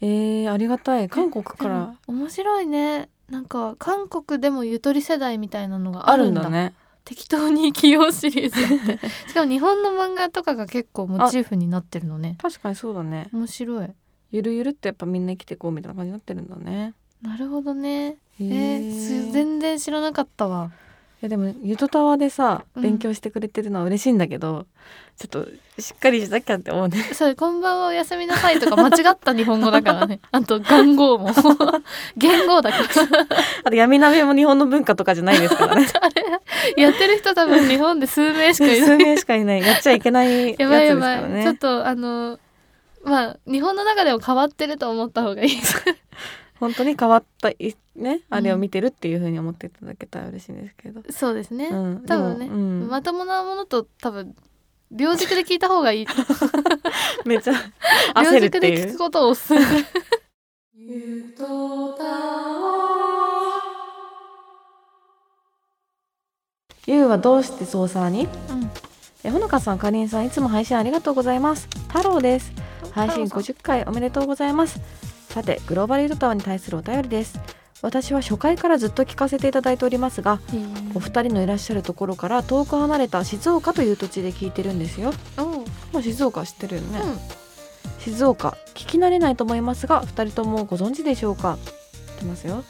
Speaker 2: えー、ありがたい韓国か
Speaker 1: で
Speaker 2: ら
Speaker 1: も面白いねなんか韓国でもゆとり世代みたいなのが
Speaker 2: あ
Speaker 1: ある
Speaker 2: る
Speaker 1: ん
Speaker 2: ん
Speaker 1: だ
Speaker 2: だね
Speaker 1: 適当に起用シリーズやって (laughs) しかも日本の漫画とかが結構モチーフになってるのね
Speaker 2: 確かにそうだね
Speaker 1: 面白い
Speaker 2: ゆるゆるってやっぱみんな生きてこうみたいな感じになってるんだね
Speaker 1: なるほどね
Speaker 2: え
Speaker 1: えーす
Speaker 2: い
Speaker 1: 全然知らなかったわ
Speaker 2: やでもゆとたわでさ
Speaker 1: うん
Speaker 2: 勉強してくれてるのは嬉しいんだけど、ちょっとしっかりしなきゃって思うね (laughs)
Speaker 1: それこんばんはおやすみなさいとか間違った日本語だから (laughs) ねあと元号 (laughs) も言語だから
Speaker 2: あと闇鍋も日本の文化とかじゃないですからね
Speaker 1: (laughs) やってる人多分日本で数名しかいない
Speaker 2: 数名しかいないやっちゃいけないやつです
Speaker 1: やばいやば
Speaker 2: から
Speaker 1: い、
Speaker 2: ね
Speaker 1: ちょっとあのまあ日本の中でも変わってると思った方がいい
Speaker 2: 本当に変わったいねあれを見てるっていう風に思っていただけたら嬉しいんですけど、
Speaker 1: (laughs) そうですね、
Speaker 2: うん
Speaker 1: 多分ね、
Speaker 2: でもうん
Speaker 1: まともなものと多分秒軸で聞いた方がいい
Speaker 2: (laughs) め
Speaker 1: (laughs)
Speaker 2: っちゃ
Speaker 1: 秒
Speaker 2: 焦るっ
Speaker 1: 軸
Speaker 2: て
Speaker 1: で
Speaker 2: い
Speaker 1: 聞く
Speaker 2: う
Speaker 1: ことをおすすめ
Speaker 2: ゆうはどうしてソーサーに
Speaker 1: うん
Speaker 2: えほのかさんかりんさんいつも配信ありがとうございます太郎です配信
Speaker 1: 太郎さ
Speaker 2: 50回おめでとうございますさてグローバルユートタワーに対するお便りです私は初回からずっと聞かせていただいておりますが
Speaker 1: んうん
Speaker 2: お二人のいらっしゃるところから遠く離れた静岡という土地で聞いてるんですよ
Speaker 1: おう
Speaker 2: もう静岡知ってるよね、
Speaker 1: うん
Speaker 2: 静岡聞き慣れないと思いますが二人ともご存知でしょうかってますよ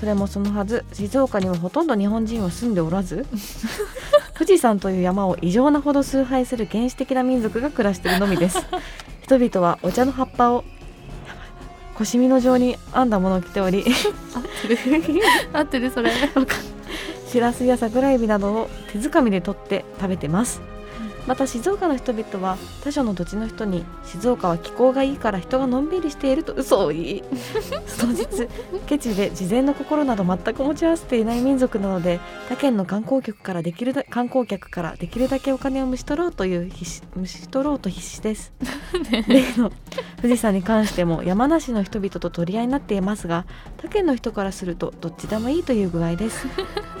Speaker 2: それもそのはず静岡にはほとんど日本人は住んでおら
Speaker 1: (laughs)
Speaker 2: ず富士山という山を異常なほど崇拝する原始的な民族が暮らしているのみです人々はお茶の葉っぱをやばい腰身の状に編んだものを着て
Speaker 1: (laughs)
Speaker 2: おり
Speaker 1: 合ってるそれ
Speaker 2: しらすや桜エビなどを手づかみで取って食べてます、また静岡の人々は他所の土地の人に静岡は気候がいいから人がのんびりしていると嘘を言い当日ケチで事前の心など全く持ち合わせていない民族なので他県の観光客からできるだ観光客からできるだけお金をむし取ろうという必死むし取ろうと必死です例の富士山に関しても山梨の人々と取り合いになっていますが他県の人からするとどっちでもいいという具合です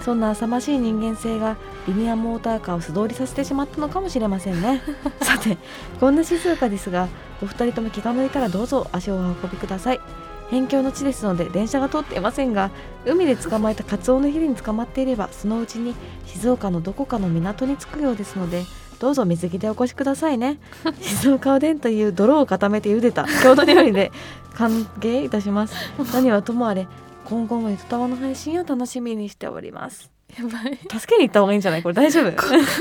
Speaker 2: そんな浅ましい人間性がリニアモーターカーを素通りさせてしまったのかもしれませんねさてこんな静岡ですがお二人とも気が向いたらどうぞ足をお運びください辺境の地ですので電車が通っていませんが海で捕まえたカツオのヒレに捕まっていればそのうちに静岡のどこかの港に着くようですのでどうぞ水着でお越しくださいね静岡おでんという泥を固めて茹でた郷土料理で歓迎いたします何はともあれ今後もゆとたわの配信を楽しみにしております
Speaker 1: やばい
Speaker 2: 助けに行った方がいいんじゃないこれ大丈夫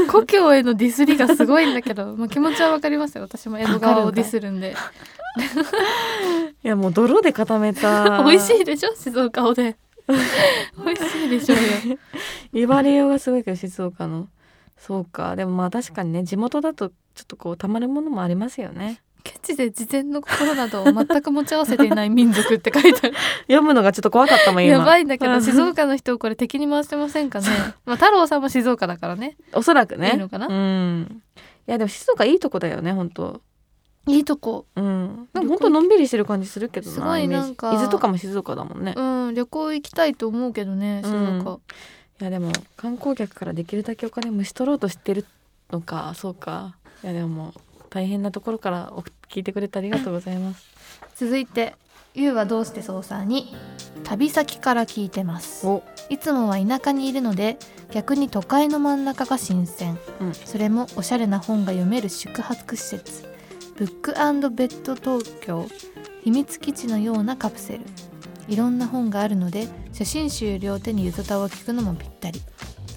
Speaker 1: 故郷へのディスりがすごいんだけ (laughs) ど、まあ、気持ちはわかりますよ私も江戸川をディスるんで
Speaker 2: いやもう泥で固めた
Speaker 1: (laughs) 美味しいでしょ静岡おでん (laughs) 美味しいでしょうよ
Speaker 2: (laughs) 言われようがすごいけど静岡のそうかでもまあ確かにね地元だとちょっとこうたまるものもありますよね
Speaker 1: ケチで事前の心などを全く持ち合わせていない民族って書いてある (laughs)
Speaker 2: 読むのがちょっと怖かったもん今
Speaker 1: やばいんだけ
Speaker 2: う
Speaker 1: ど
Speaker 2: ん
Speaker 1: 静岡の人をこれ敵に回してませんか (laughs) ねまあ太郎さんも静岡だからね
Speaker 2: おそらくね
Speaker 1: いいのかな
Speaker 2: うんいやでも静岡いいとこだよね本当
Speaker 1: いいとこ
Speaker 2: うんなんか本当のんびりしてる感じするけどな
Speaker 1: すごい
Speaker 2: イメージ
Speaker 1: なんか
Speaker 2: 伊豆とかも静岡だもんね、い
Speaker 1: うん旅行行きたいと思うけどね静岡、
Speaker 2: やでも観光客からできるだけお金をむし取ろうとしてるのかそうかいやでももう大変なところからお聞いてくれてありがとうございます
Speaker 1: 続いてゆうはどうして捜査に旅先から聞いてます
Speaker 2: お
Speaker 1: いつもは田舎にいるので逆に都会の真ん中が新鮮、
Speaker 2: うん
Speaker 1: それもおしゃれな本が読める宿泊施設ブックベッド東京秘密基地のようなカプセルいろんな本があるので写真集両手にゆずたを聞くのもぴったり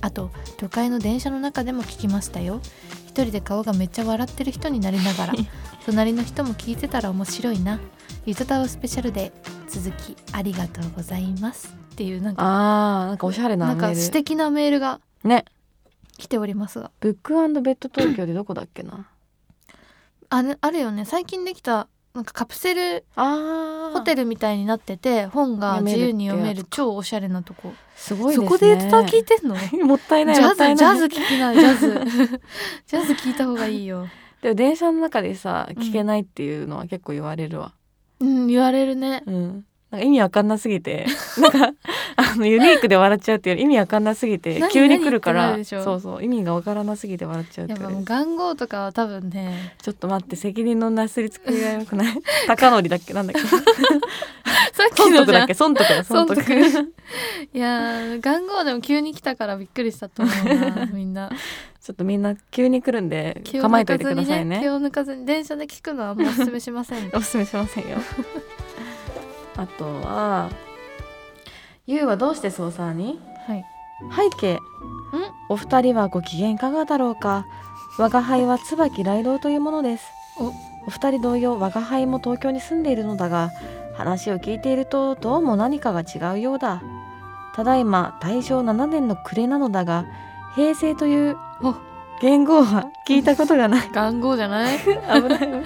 Speaker 1: あと都会の電車の中でも聞きましたよ一人で顔がめっちゃ笑ってる人になりなが
Speaker 2: (laughs)
Speaker 1: ら隣の人も聞いてたら面白いなゆずたわスペシャルで続きありがとうございますっていうなんか
Speaker 2: あーなんかおしゃれなメー
Speaker 1: なん
Speaker 2: ル
Speaker 1: か素敵なメールが
Speaker 2: ね
Speaker 1: 来ておりますが
Speaker 2: ブックベッド東京でどこだっけな
Speaker 1: あれあるよね最近できたなんかカプセル
Speaker 2: あ
Speaker 1: ホテ
Speaker 2: ル
Speaker 1: ルみたいになってて本が自由に読める超おしゃれなとこ、
Speaker 2: すごいです
Speaker 1: そ
Speaker 2: ね
Speaker 1: こでギター聴いてんのジ
Speaker 2: (laughs) もったいないも
Speaker 1: ャ
Speaker 2: っ
Speaker 1: ズ
Speaker 2: たいない
Speaker 1: ジャズ聴きなジ
Speaker 2: (laughs)
Speaker 1: ャズジャズ聴いた方がいいよ
Speaker 2: でも電車の中でさ聞けないっていうのは結構言われるわ
Speaker 1: うん言われるね
Speaker 2: うん、なんか意味わかんなすぎて (laughs) なんかあのユニークで笑っちゃうっていうより意味わかんなすぎて
Speaker 1: 何
Speaker 2: 急に来るか
Speaker 1: 何
Speaker 2: ら
Speaker 1: 言ってなるでしょ
Speaker 2: そうそう意味がわからなすぎて笑っちゃうって言
Speaker 1: やっぱ
Speaker 2: わ
Speaker 1: も
Speaker 2: れ
Speaker 1: う
Speaker 2: る
Speaker 1: 元号とかは多分ね
Speaker 2: ちょっと待って責任のなすりつくがよくない
Speaker 1: (laughs)
Speaker 2: 高典だっけなんだっけ
Speaker 1: さっき
Speaker 2: 損
Speaker 1: の
Speaker 2: 得
Speaker 1: じゃ
Speaker 2: だ
Speaker 1: ん
Speaker 2: っけ損得だ損得
Speaker 1: (laughs) 損得いやー元号でも急に来たからびっくりしたと思うなみんな
Speaker 2: ちょっとみんな急に来るんで
Speaker 1: 気を
Speaker 2: 構え
Speaker 1: 抜
Speaker 2: てお
Speaker 1: か
Speaker 2: いて
Speaker 1: ず
Speaker 2: くだ
Speaker 1: に
Speaker 2: さい
Speaker 1: ね
Speaker 2: ね
Speaker 1: 気を抜かずに電車で聞くのはもうおすすめしませ
Speaker 2: (laughs)
Speaker 1: ん
Speaker 2: おすすめしません
Speaker 1: (laughs)
Speaker 2: よあとは「ゆうはどうして操作に?」
Speaker 1: はい
Speaker 2: 背景お二人はご機嫌いかがだろうか我が輩は椿雷道というものです
Speaker 1: お
Speaker 2: お二人同様我が輩も東京に住んでいるのだが話を聞いているとどうも何かが違うようだただいま大正7年の暮れなのだが平成という
Speaker 1: お
Speaker 2: 元号は聞いたことがない
Speaker 1: 元号じゃない
Speaker 2: 危ない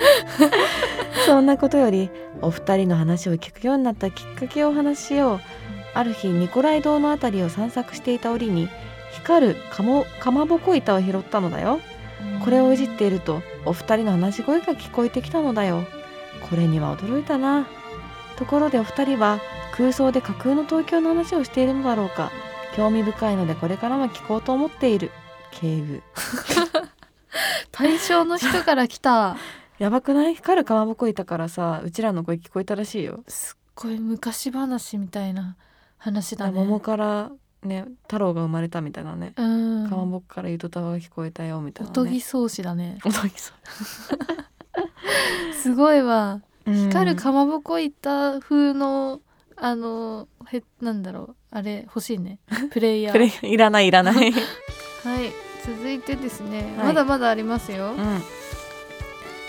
Speaker 2: そんなことよりお二人の話を聞くようになったきっかけをお話ししようある日ニコライ堂のあたりを散策していた折に光るかもかまぼこ板を拾ったのだよこれをいじっているとお二人の話し声が聞こえてきたのだよこれには驚いたなところでお二人は空想で架空の東京の話をしているのだろうか興味深いのでこれからも聞こうと思っている警部
Speaker 1: 対象の人から来た
Speaker 2: やばくない光るかまぼこ板からさうちらの声聞こえたらしいよ
Speaker 1: すっごい昔話みたいな話だね
Speaker 2: 桃からね太郎が生まれたみたいなね、
Speaker 1: うん
Speaker 2: かまぼこからゆとたわが聞こえたよみたいな、
Speaker 1: お
Speaker 2: ね、
Speaker 1: とぎ草子だね
Speaker 2: おとぎそう
Speaker 1: すごいわ
Speaker 2: うん
Speaker 1: 光るかまぼこ板風のあのへなんだろうあれ欲しいねプレイ
Speaker 2: (laughs)
Speaker 1: ヤ
Speaker 2: プレ
Speaker 1: ー
Speaker 2: イいらないいら
Speaker 1: (laughs)
Speaker 2: ない、うん、
Speaker 1: はい続いてですね、
Speaker 2: はい
Speaker 1: まだまだありますよ、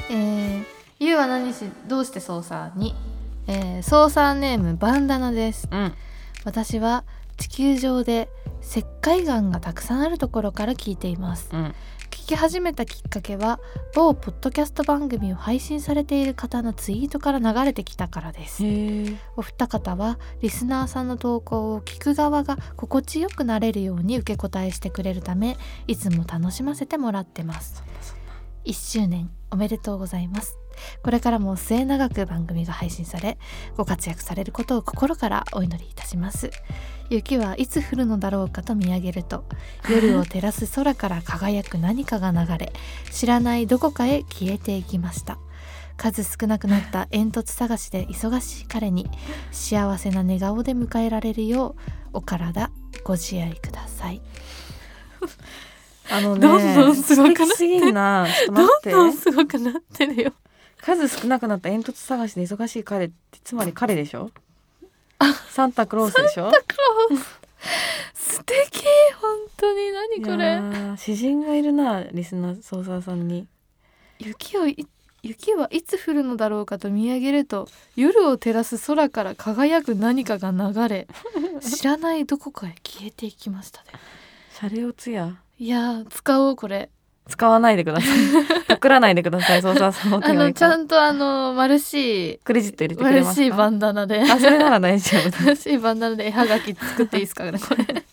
Speaker 1: えー、ゆうは何しどうして操作に、えー、操作ネームバンダナです
Speaker 2: うん、
Speaker 1: 私は地球上で石灰岩がたくさんあるところから聞いています
Speaker 2: うん、
Speaker 1: 聞き始めたきっかけは某ポッドキャスト番組を配信されている方のツイートから流れてきたからです
Speaker 2: へえ、
Speaker 1: お二方はリスナーさんの投稿を聞く側が心地よくなれるように受け答えしてくれるためいつも楽しませてもらってます1周年おめでとうございますこれからも末永く番組が配信されご活躍されることを心からお祈りいたします雪はいつ降るのだろうかと見上げると夜を照らす空から輝く何かが流れ知らないどこかへ消えていきました数少なくなった煙突探しで忙しい彼に幸せな寝顔で迎えられるようお体ご自愛ください
Speaker 2: あのね、
Speaker 1: どんどんすごくなって
Speaker 2: 素敵すぎんな。ちょっと待って。
Speaker 1: すごくなって (laughs) るよ
Speaker 2: 数少なくなった煙突探しで忙しい彼ってつまり彼でしょ。サンタクロースでしょ。
Speaker 1: クロス素敵本当に何こ
Speaker 2: い
Speaker 1: れ
Speaker 2: やー詩人がいるなリスナー捜査さんに。
Speaker 1: 雪をい雪はいつ降るのだろうかと見上げると夜を照らす空から輝く何かが流 (laughs) れ知らないどこかへ消えていきましたね
Speaker 2: シャレオツや。
Speaker 1: いやー使おうこれ
Speaker 2: 使わないでください。パクらないでください捜査さんの手
Speaker 1: あの
Speaker 2: 紙
Speaker 1: ちゃ
Speaker 2: から。
Speaker 1: んとあのマルシ
Speaker 2: クレジット入れ
Speaker 1: ー
Speaker 2: てく
Speaker 1: マ
Speaker 2: れ
Speaker 1: ル
Speaker 2: ますか。
Speaker 1: シーバンダナで
Speaker 2: あそれなら大丈夫だ。
Speaker 1: マルシーバンダナで絵はがき作っていいですかねこれ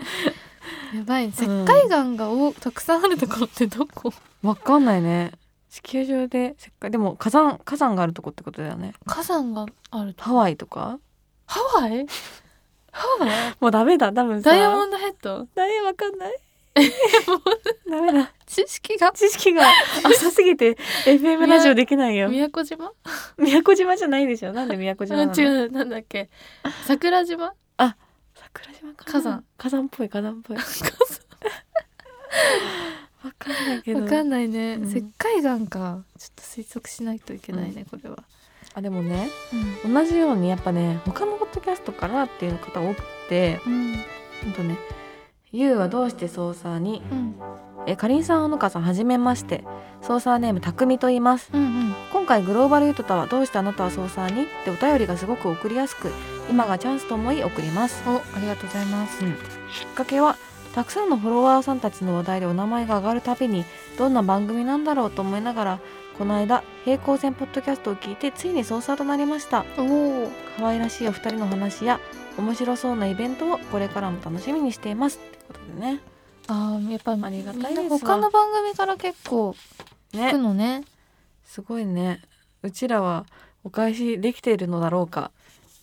Speaker 1: (laughs) やばい石灰岩がおたくさんあるところってどこ
Speaker 2: わかんないね。地球上で石灰でも火山火山があるとこってことだよね。
Speaker 1: 火山があると
Speaker 2: ハワイとか。
Speaker 1: ハワイハワイ
Speaker 2: もうダメだ多分さ。
Speaker 1: ダイヤモンドヘッド
Speaker 2: ダメわかんない。 (laughs) ダメだ。
Speaker 1: 知識が
Speaker 2: 知識が浅すぎて FM ラジオできないよ。
Speaker 1: 宮古島
Speaker 2: 宮古島じゃないでしょ。なんで宮古島な
Speaker 1: あ
Speaker 2: の？
Speaker 1: 違うなんだっけ桜島
Speaker 2: 桜島かな
Speaker 1: 火山。
Speaker 2: 火山っぽい (laughs) 火山っぽい。わかんないけど
Speaker 1: わ。かんないね、
Speaker 2: うん
Speaker 1: 石灰岩かちょっと推測しないといけないね、これは、
Speaker 2: あでもね、同じようにやっぱね、他のポッドキャストからっていう方多くて、
Speaker 1: うん
Speaker 2: 本当ね。ゆうはどうして操作に
Speaker 1: うん
Speaker 2: えかりんさんほのかさんはじめまして操作ネームたくみと言います
Speaker 1: うん
Speaker 2: 今回グローバルユートタはどうしてあなたは操作にってお便りがすごく送りやすく今がチャンスと思い送ります
Speaker 1: おありがとうございます
Speaker 2: きっかけはたくさんのフォロワーさんたちの話題でお名前が上がるたびにどんな番組なんだろうと思いながらこの間平行線ポッドキャストを聞いてついにソーサーとなりました
Speaker 1: おお
Speaker 2: 可愛らしいお二人の話や面白そうなイベントをこれからも楽しみにしていますってことでね
Speaker 1: あーやっぱり
Speaker 2: ありが
Speaker 1: みん
Speaker 2: たいですわ
Speaker 1: な他の番組から結構聞く
Speaker 2: ね
Speaker 1: のね
Speaker 2: すごいねうちらはお返しできているのだろうか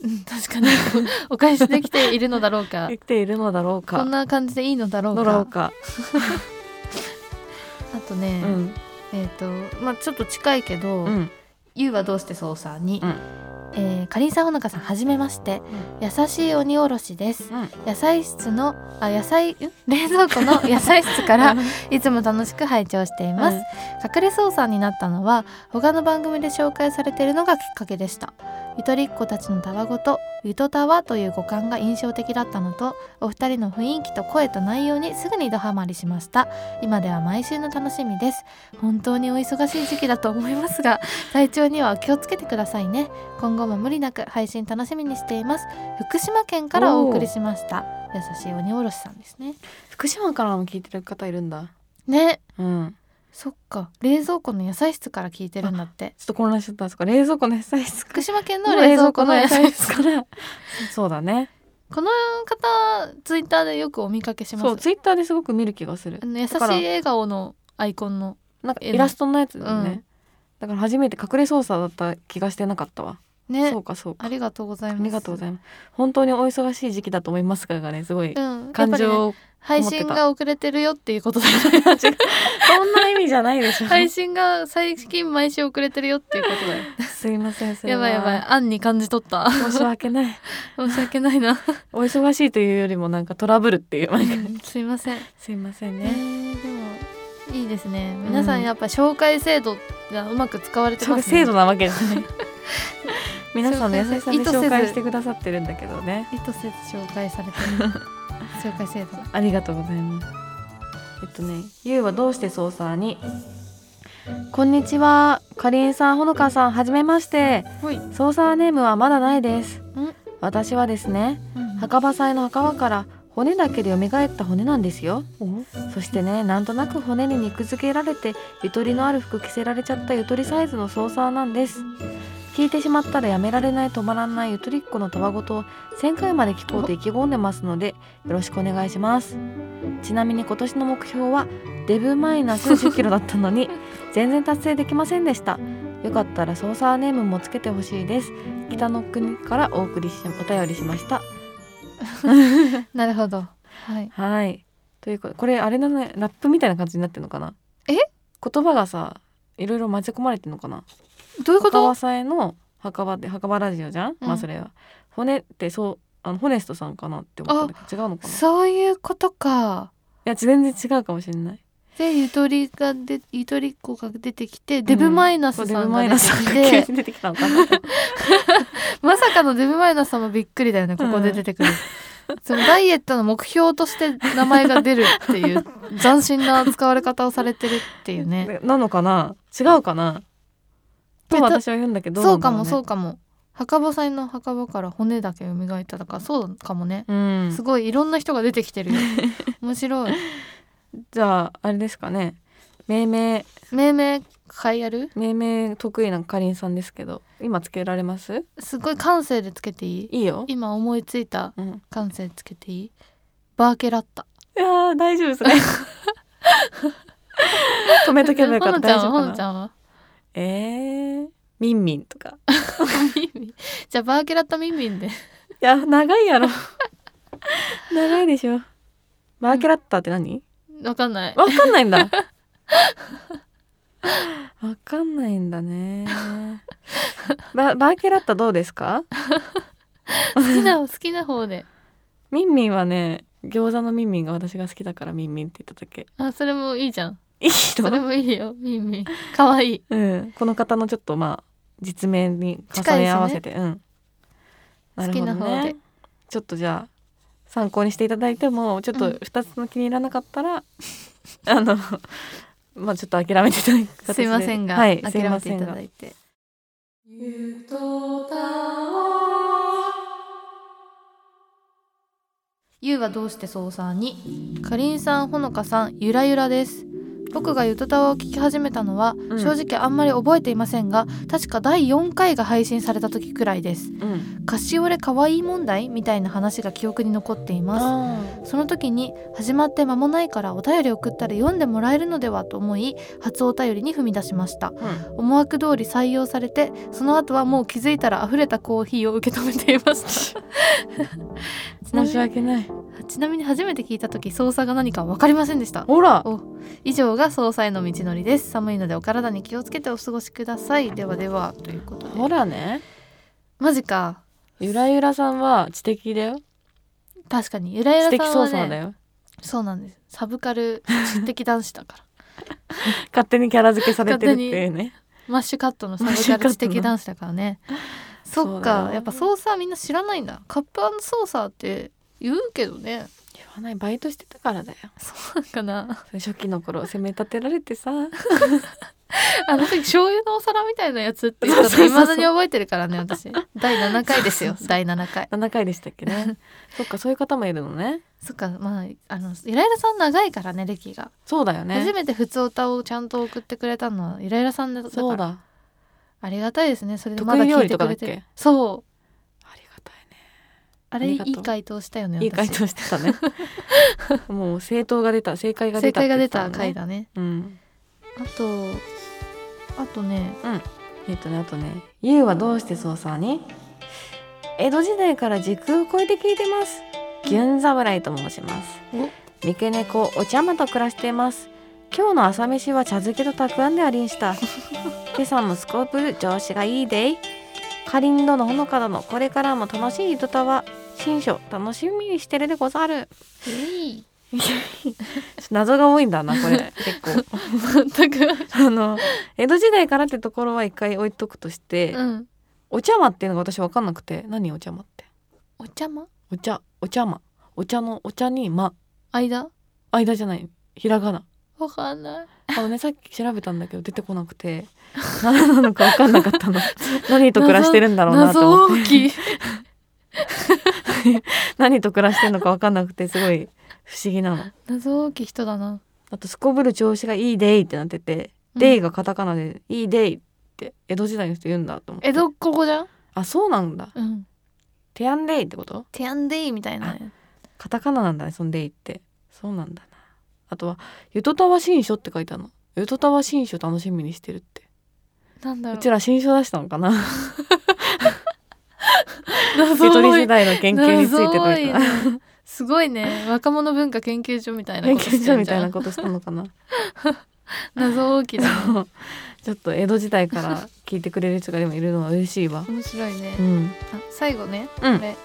Speaker 1: うん確かにお返しできているのだろうか
Speaker 2: できているのだろうか
Speaker 1: こんな感じでいいのだろう
Speaker 2: の
Speaker 1: か
Speaker 2: だろうか
Speaker 1: あとね、
Speaker 2: うん
Speaker 1: えっ、とまあちょっと近いけど、
Speaker 2: うん
Speaker 1: ゆうはどうしてそうさんに、
Speaker 2: うん
Speaker 1: えーかりんさんほのかさんはじめまして、優しい鬼おろしです
Speaker 2: うん
Speaker 1: 野菜室のあ野菜ん冷蔵庫の野菜室からいつも楽しく拝聴しています、
Speaker 2: うん
Speaker 1: 隠れ操作になったのは他の番組で紹介されているのがきっかけでしたゆとりっ子たちのたわごとゆとたわという語感が印象的だったのとお二人の雰囲気と声と内容にすぐにドハマりしました今では毎週の楽しみです本当にお忙しい時期だと思いますが体調にはお気をつけてくださいね今後も無理なく配信楽しみにしています福島県からお送りしました優しい鬼おろしさんですね
Speaker 2: 福島からも聞いてる方いるんだ
Speaker 1: ね
Speaker 2: うん
Speaker 1: そっか冷蔵庫の野菜室から聞いてるんだって
Speaker 2: ちょっと混乱しちゃったんですか冷蔵庫の野菜室
Speaker 1: 福
Speaker 2: か
Speaker 1: 島県の冷蔵庫の野菜室
Speaker 2: から (laughs) そうだね
Speaker 1: (laughs) この方ツイッターでよくお見かけしま
Speaker 2: そう
Speaker 1: す
Speaker 2: ツイッターですごく見る気がする
Speaker 1: あの優しい
Speaker 2: だから
Speaker 1: 笑顔のアイコンの
Speaker 2: なんかイ
Speaker 1: 絵の
Speaker 2: ラストのやつだよね、
Speaker 1: うん
Speaker 2: だから初めて隠れ操作だった気がしてなかったわ、
Speaker 1: ね
Speaker 2: そうかそうか
Speaker 1: ありがとうござい
Speaker 2: あ
Speaker 1: ます
Speaker 2: りがとうございます本当にお忙しい時期だと思いますがねすごい
Speaker 1: うん、
Speaker 2: 感
Speaker 1: やっぱりね
Speaker 2: 情を、
Speaker 1: 配
Speaker 2: 思って
Speaker 1: 信
Speaker 2: た
Speaker 1: が遅れてるよっていうことだよね
Speaker 2: (laughs) そんな意味じゃないでし (laughs) ょ、
Speaker 1: 配信が最近毎週遅れてるよっていうこと
Speaker 2: (laughs)
Speaker 1: だよ
Speaker 2: すいませんすいません
Speaker 1: やばいやばい案に感じ取った
Speaker 2: 申し訳ない
Speaker 1: 申し訳ない
Speaker 2: (laughs)
Speaker 1: な
Speaker 2: お忙しいというよりもなんかトラブルっていう
Speaker 1: う
Speaker 2: なんか
Speaker 1: んすいません
Speaker 2: すいません
Speaker 1: ね、
Speaker 2: ね
Speaker 1: でもいいですね皆さんやっぱ紹介制度がうまく使われて
Speaker 2: ちょ
Speaker 1: ま
Speaker 2: っと
Speaker 1: すね、
Speaker 2: 制度なわけじゃ (laughs) ない皆さんの優しさで
Speaker 1: 意図せず
Speaker 2: 紹介してくださってるんだけどね
Speaker 1: 意図せず紹介されてる紹介制度
Speaker 2: ありがとうございます。えっとね、ゆうはどうしてソーサーに。こんにちは、かりんさん、ほのかさん、 (laughs) はじめまして。
Speaker 1: はい、
Speaker 2: ソーサーネームはまだないです
Speaker 1: ん。
Speaker 2: 私はですね、
Speaker 1: は
Speaker 2: 墓場祭の墓場から骨だけで蘇った骨なんですよ。そしてね、なんとなく骨に肉付けられて、ゆとりのある服着せられちゃったゆとりサイズのソーサーなんです。聞いてしまったらやめられない止まらないゆとりっ子のたわごとを1000回まで聞こうと意気込んでますのでよろしくお願いしますちなみに今年の目標はデブマイナス10キロだったのに全然達成できませんでしたよかったらソーサーネームもつけてほしいです北の国からお送りしお便りしました
Speaker 1: なるほどはい
Speaker 2: はいということでこれあれだねラップみたいな感じになってるのかな
Speaker 1: え
Speaker 2: 言葉がさいろいろ混ぜ込まれてるのかな
Speaker 1: どういうこ
Speaker 2: 墓
Speaker 1: と
Speaker 2: 場さえの墓場で墓場ラジオじゃん、
Speaker 1: うん
Speaker 2: まあそれは骨ってそうあのホネストさんかなって思ったんだけど違うのかない
Speaker 1: そういうことか
Speaker 2: や全然違うかもしれない
Speaker 1: でゆとりがでゆとりっ子が出てきて、デブマイナ
Speaker 2: そ
Speaker 1: ス
Speaker 2: うデ
Speaker 1: さ
Speaker 2: ブ
Speaker 1: ん
Speaker 2: マ
Speaker 1: が
Speaker 2: イ
Speaker 1: 出
Speaker 2: ナ
Speaker 1: て
Speaker 2: スさん
Speaker 1: き
Speaker 2: が
Speaker 1: て
Speaker 2: 急に出てきたのかな
Speaker 1: まさかのデブマイナスさんもびっくりだよねここで出てくる、そのダイエットの目標として名前が出るっていう
Speaker 2: (laughs)
Speaker 1: 斬新な使われ方をされてるっていうね
Speaker 2: なのかな違うかなと
Speaker 1: えっと
Speaker 2: 私は言うんだけど
Speaker 1: そうかもそううかも墓場祭の墓場から骨だけ蘇っただからそうかもね、
Speaker 2: なんだろうね
Speaker 1: すごいいろんな人が出てきて
Speaker 2: (laughs)
Speaker 1: るよ面白い
Speaker 2: うんじゃああれですかね命名
Speaker 1: 命名会やる
Speaker 2: 命名得意なかりんさんですけど今つけられます
Speaker 1: すごい感性でつけていい
Speaker 2: いいよ、
Speaker 1: 今思いついた
Speaker 2: うん、
Speaker 1: 感性つけていいバーケラッタ
Speaker 2: いやー大丈夫それ (laughs) 止めとけばよか
Speaker 1: ほ
Speaker 2: った
Speaker 1: のちゃ
Speaker 2: 大丈
Speaker 1: んはほ
Speaker 2: 夫か
Speaker 1: の
Speaker 2: な
Speaker 1: ちゃんは
Speaker 2: えー、ミンミンとか。
Speaker 1: ミンミンじゃあバーケラッタミンミンで
Speaker 2: いや、長いやろ。 (laughs) 長いでしょ。マーケラッターって何
Speaker 1: わかんな
Speaker 2: (laughs)
Speaker 1: い
Speaker 2: わかんないん (laughs) だ。わかんないんだね。 (laughs) ババーケラッタどうですか
Speaker 1: 好きな好きな方で
Speaker 2: ミンミンはね、餃子のミンミンが私が好きだからミンミンって言っただけ。
Speaker 1: あそれもいいじゃん
Speaker 2: いい
Speaker 1: それ
Speaker 2: の
Speaker 1: もいいよミンミンかわいい
Speaker 2: うん。この方のちょっとまあ、実名に重
Speaker 1: 近
Speaker 2: ね
Speaker 1: いですね
Speaker 2: 合わせて。うん。
Speaker 1: 好きな
Speaker 2: るほ
Speaker 1: 方
Speaker 2: どね
Speaker 1: で
Speaker 2: ちょっとじゃあ参考にしていただいてもちょっと2つの気に入らなかったら、 (laughs) あのまあちょっと諦めていただく形です
Speaker 1: いませんが、
Speaker 2: はい、
Speaker 1: 諦めていただ
Speaker 2: て
Speaker 1: いてゆとたわゆうはどうしてそうさんにかりんさんほのかさんゆらゆらです僕がゆとたわを聞き始めたのは、
Speaker 2: ん
Speaker 1: 正直あんまり覚えていませんが確か第4回が配信された時くらいです
Speaker 2: うん
Speaker 1: カシオレかわいい問題みたいな話が記憶に残っています
Speaker 2: あ
Speaker 1: その時に始まって間もないからお便り送ったら読んでもらえるのではと思い初お便りに踏み出しました
Speaker 2: ー
Speaker 1: 思惑通り採用されてその後はもう気づいたら溢れたコーヒーを受け止めていまし
Speaker 2: (laughs)
Speaker 1: たち
Speaker 2: 申
Speaker 1: なみ
Speaker 2: し
Speaker 1: に
Speaker 2: 訳ない
Speaker 1: ちなみに初めて聞いた時操作が何か分かりませんでした
Speaker 2: ほら
Speaker 1: お以上が操作への道のりです寒いのでお体に気をつけてお過ごしくださいではではということ
Speaker 2: ほ
Speaker 1: で
Speaker 2: らね
Speaker 1: マジか
Speaker 2: ゆらゆらさんは知的だよ
Speaker 1: 確かにゆらゆ
Speaker 2: 知
Speaker 1: ら
Speaker 2: 的
Speaker 1: さん
Speaker 2: 操
Speaker 1: は
Speaker 2: 作
Speaker 1: ね
Speaker 2: だよ
Speaker 1: そうなんですサブカル知的男子だから
Speaker 2: 勝手にキャラ付けされてるっていうね
Speaker 1: マッシュカットのサブ
Speaker 2: マッシュ
Speaker 1: カ
Speaker 2: カット
Speaker 1: ル
Speaker 2: の
Speaker 1: 知的男子だからねそっ
Speaker 2: そう
Speaker 1: か
Speaker 2: だよ
Speaker 1: やっぱ操作みんな知らないんだカップ操作って言うけどね
Speaker 2: 言わないバイトしてたからだよ
Speaker 1: そうなんかな
Speaker 2: 初期の頃責め立てられてさ
Speaker 1: あの時醤油のお皿みたいなやつって言った
Speaker 2: そうそうそ
Speaker 1: の
Speaker 2: う
Speaker 1: いまだに覚えてるからね私第7回ですよ
Speaker 2: (laughs) そうそうそう
Speaker 1: 第7回
Speaker 2: 7回でしたっけねそっかそういう方もいるのね
Speaker 1: そっかまああのイライラさん長いからね歴が、
Speaker 2: そうだよ
Speaker 1: 初
Speaker 2: ね
Speaker 1: めて普通歌をちゃんと送ってくれたのはイライラさんだから
Speaker 2: そうだ
Speaker 1: ありがたいですねそれでま
Speaker 2: 得
Speaker 1: だ
Speaker 2: 意料
Speaker 1: 聞い
Speaker 2: 理
Speaker 1: て
Speaker 2: とか
Speaker 1: く
Speaker 2: だっ
Speaker 1: れ
Speaker 2: け
Speaker 1: てるそう
Speaker 2: ありがたい
Speaker 1: あれ
Speaker 2: あ
Speaker 1: い
Speaker 2: りがとう
Speaker 1: い回答したよね
Speaker 2: ねいい回
Speaker 1: 私
Speaker 2: 答してたねもう正答が出た正解が出
Speaker 1: 正
Speaker 2: たって
Speaker 1: 解
Speaker 2: 言
Speaker 1: が出
Speaker 2: って
Speaker 1: た
Speaker 2: のね
Speaker 1: 回だね
Speaker 2: うん
Speaker 1: あとあとね
Speaker 2: えっとねあとね「ゆうはどうしてそうさに?」江戸時代から時空を超えて聞いてますギュン侍と申します
Speaker 1: お
Speaker 2: 三毛猫お茶間と暮らしています今日の朝飯は茶漬けとたくあんでありんした今朝もスコープ調子がいいでいかりんどのほのかどのこれからも楽しい糸たわ新書楽しみにしてるでござる謎が多いんだなこれ結構
Speaker 1: 全く
Speaker 2: あの江戸時代からってところは一回置いとくとして、
Speaker 1: うん
Speaker 2: お茶間っていうのが私分かんなくて何お茶間って
Speaker 1: お茶ま
Speaker 2: お茶お茶間お茶のお茶に間
Speaker 1: 間
Speaker 2: 間じゃないひらがな
Speaker 1: わかんない
Speaker 2: あ
Speaker 1: (laughs)
Speaker 2: のねさっき調べたんだけど出てこなくて何なのか分かんなかった
Speaker 1: (laughs)
Speaker 2: の何と暮らしてるんだろうなと思
Speaker 1: 謎
Speaker 2: って
Speaker 1: 大きい
Speaker 2: 何と暮らしてるのか分かんなくてすごい不思議なの
Speaker 1: (laughs) 謎大きい人だな
Speaker 2: あとすこぶる調子がいいデイってなってて、
Speaker 1: うん
Speaker 2: デイがカタカナでいいデイって江戸時代の人言うんだと思って
Speaker 1: 江戸っ子語じゃん
Speaker 2: あそうなんだ
Speaker 1: うん
Speaker 2: テアンデイってこと
Speaker 1: テアンデイみたいなね
Speaker 2: カタカナなんだねそのデイってそうなんだなあとは「ゆとたわ新書」って書いてあるの「ゆとたわ新書楽しみにしてる」って
Speaker 1: なんだ
Speaker 2: う
Speaker 1: ろう
Speaker 2: ちら新書出したのかな
Speaker 1: 謎
Speaker 2: ゆとり
Speaker 1: 多い
Speaker 2: 世代の研究についてと
Speaker 1: 謎多い
Speaker 2: いた
Speaker 1: ねすごいね若者文化研究所みたいな
Speaker 2: 研
Speaker 1: こと
Speaker 2: 究
Speaker 1: してんじゃ
Speaker 2: 所
Speaker 1: ん
Speaker 2: みたいなことしたのかな (laughs)
Speaker 1: 謎大きいな
Speaker 2: そうちょっと江戸時代から聞いてくれる人がでもいるのは嬉しいわ
Speaker 1: 面白いね
Speaker 2: うん
Speaker 1: あ最後ね
Speaker 2: うん
Speaker 1: これ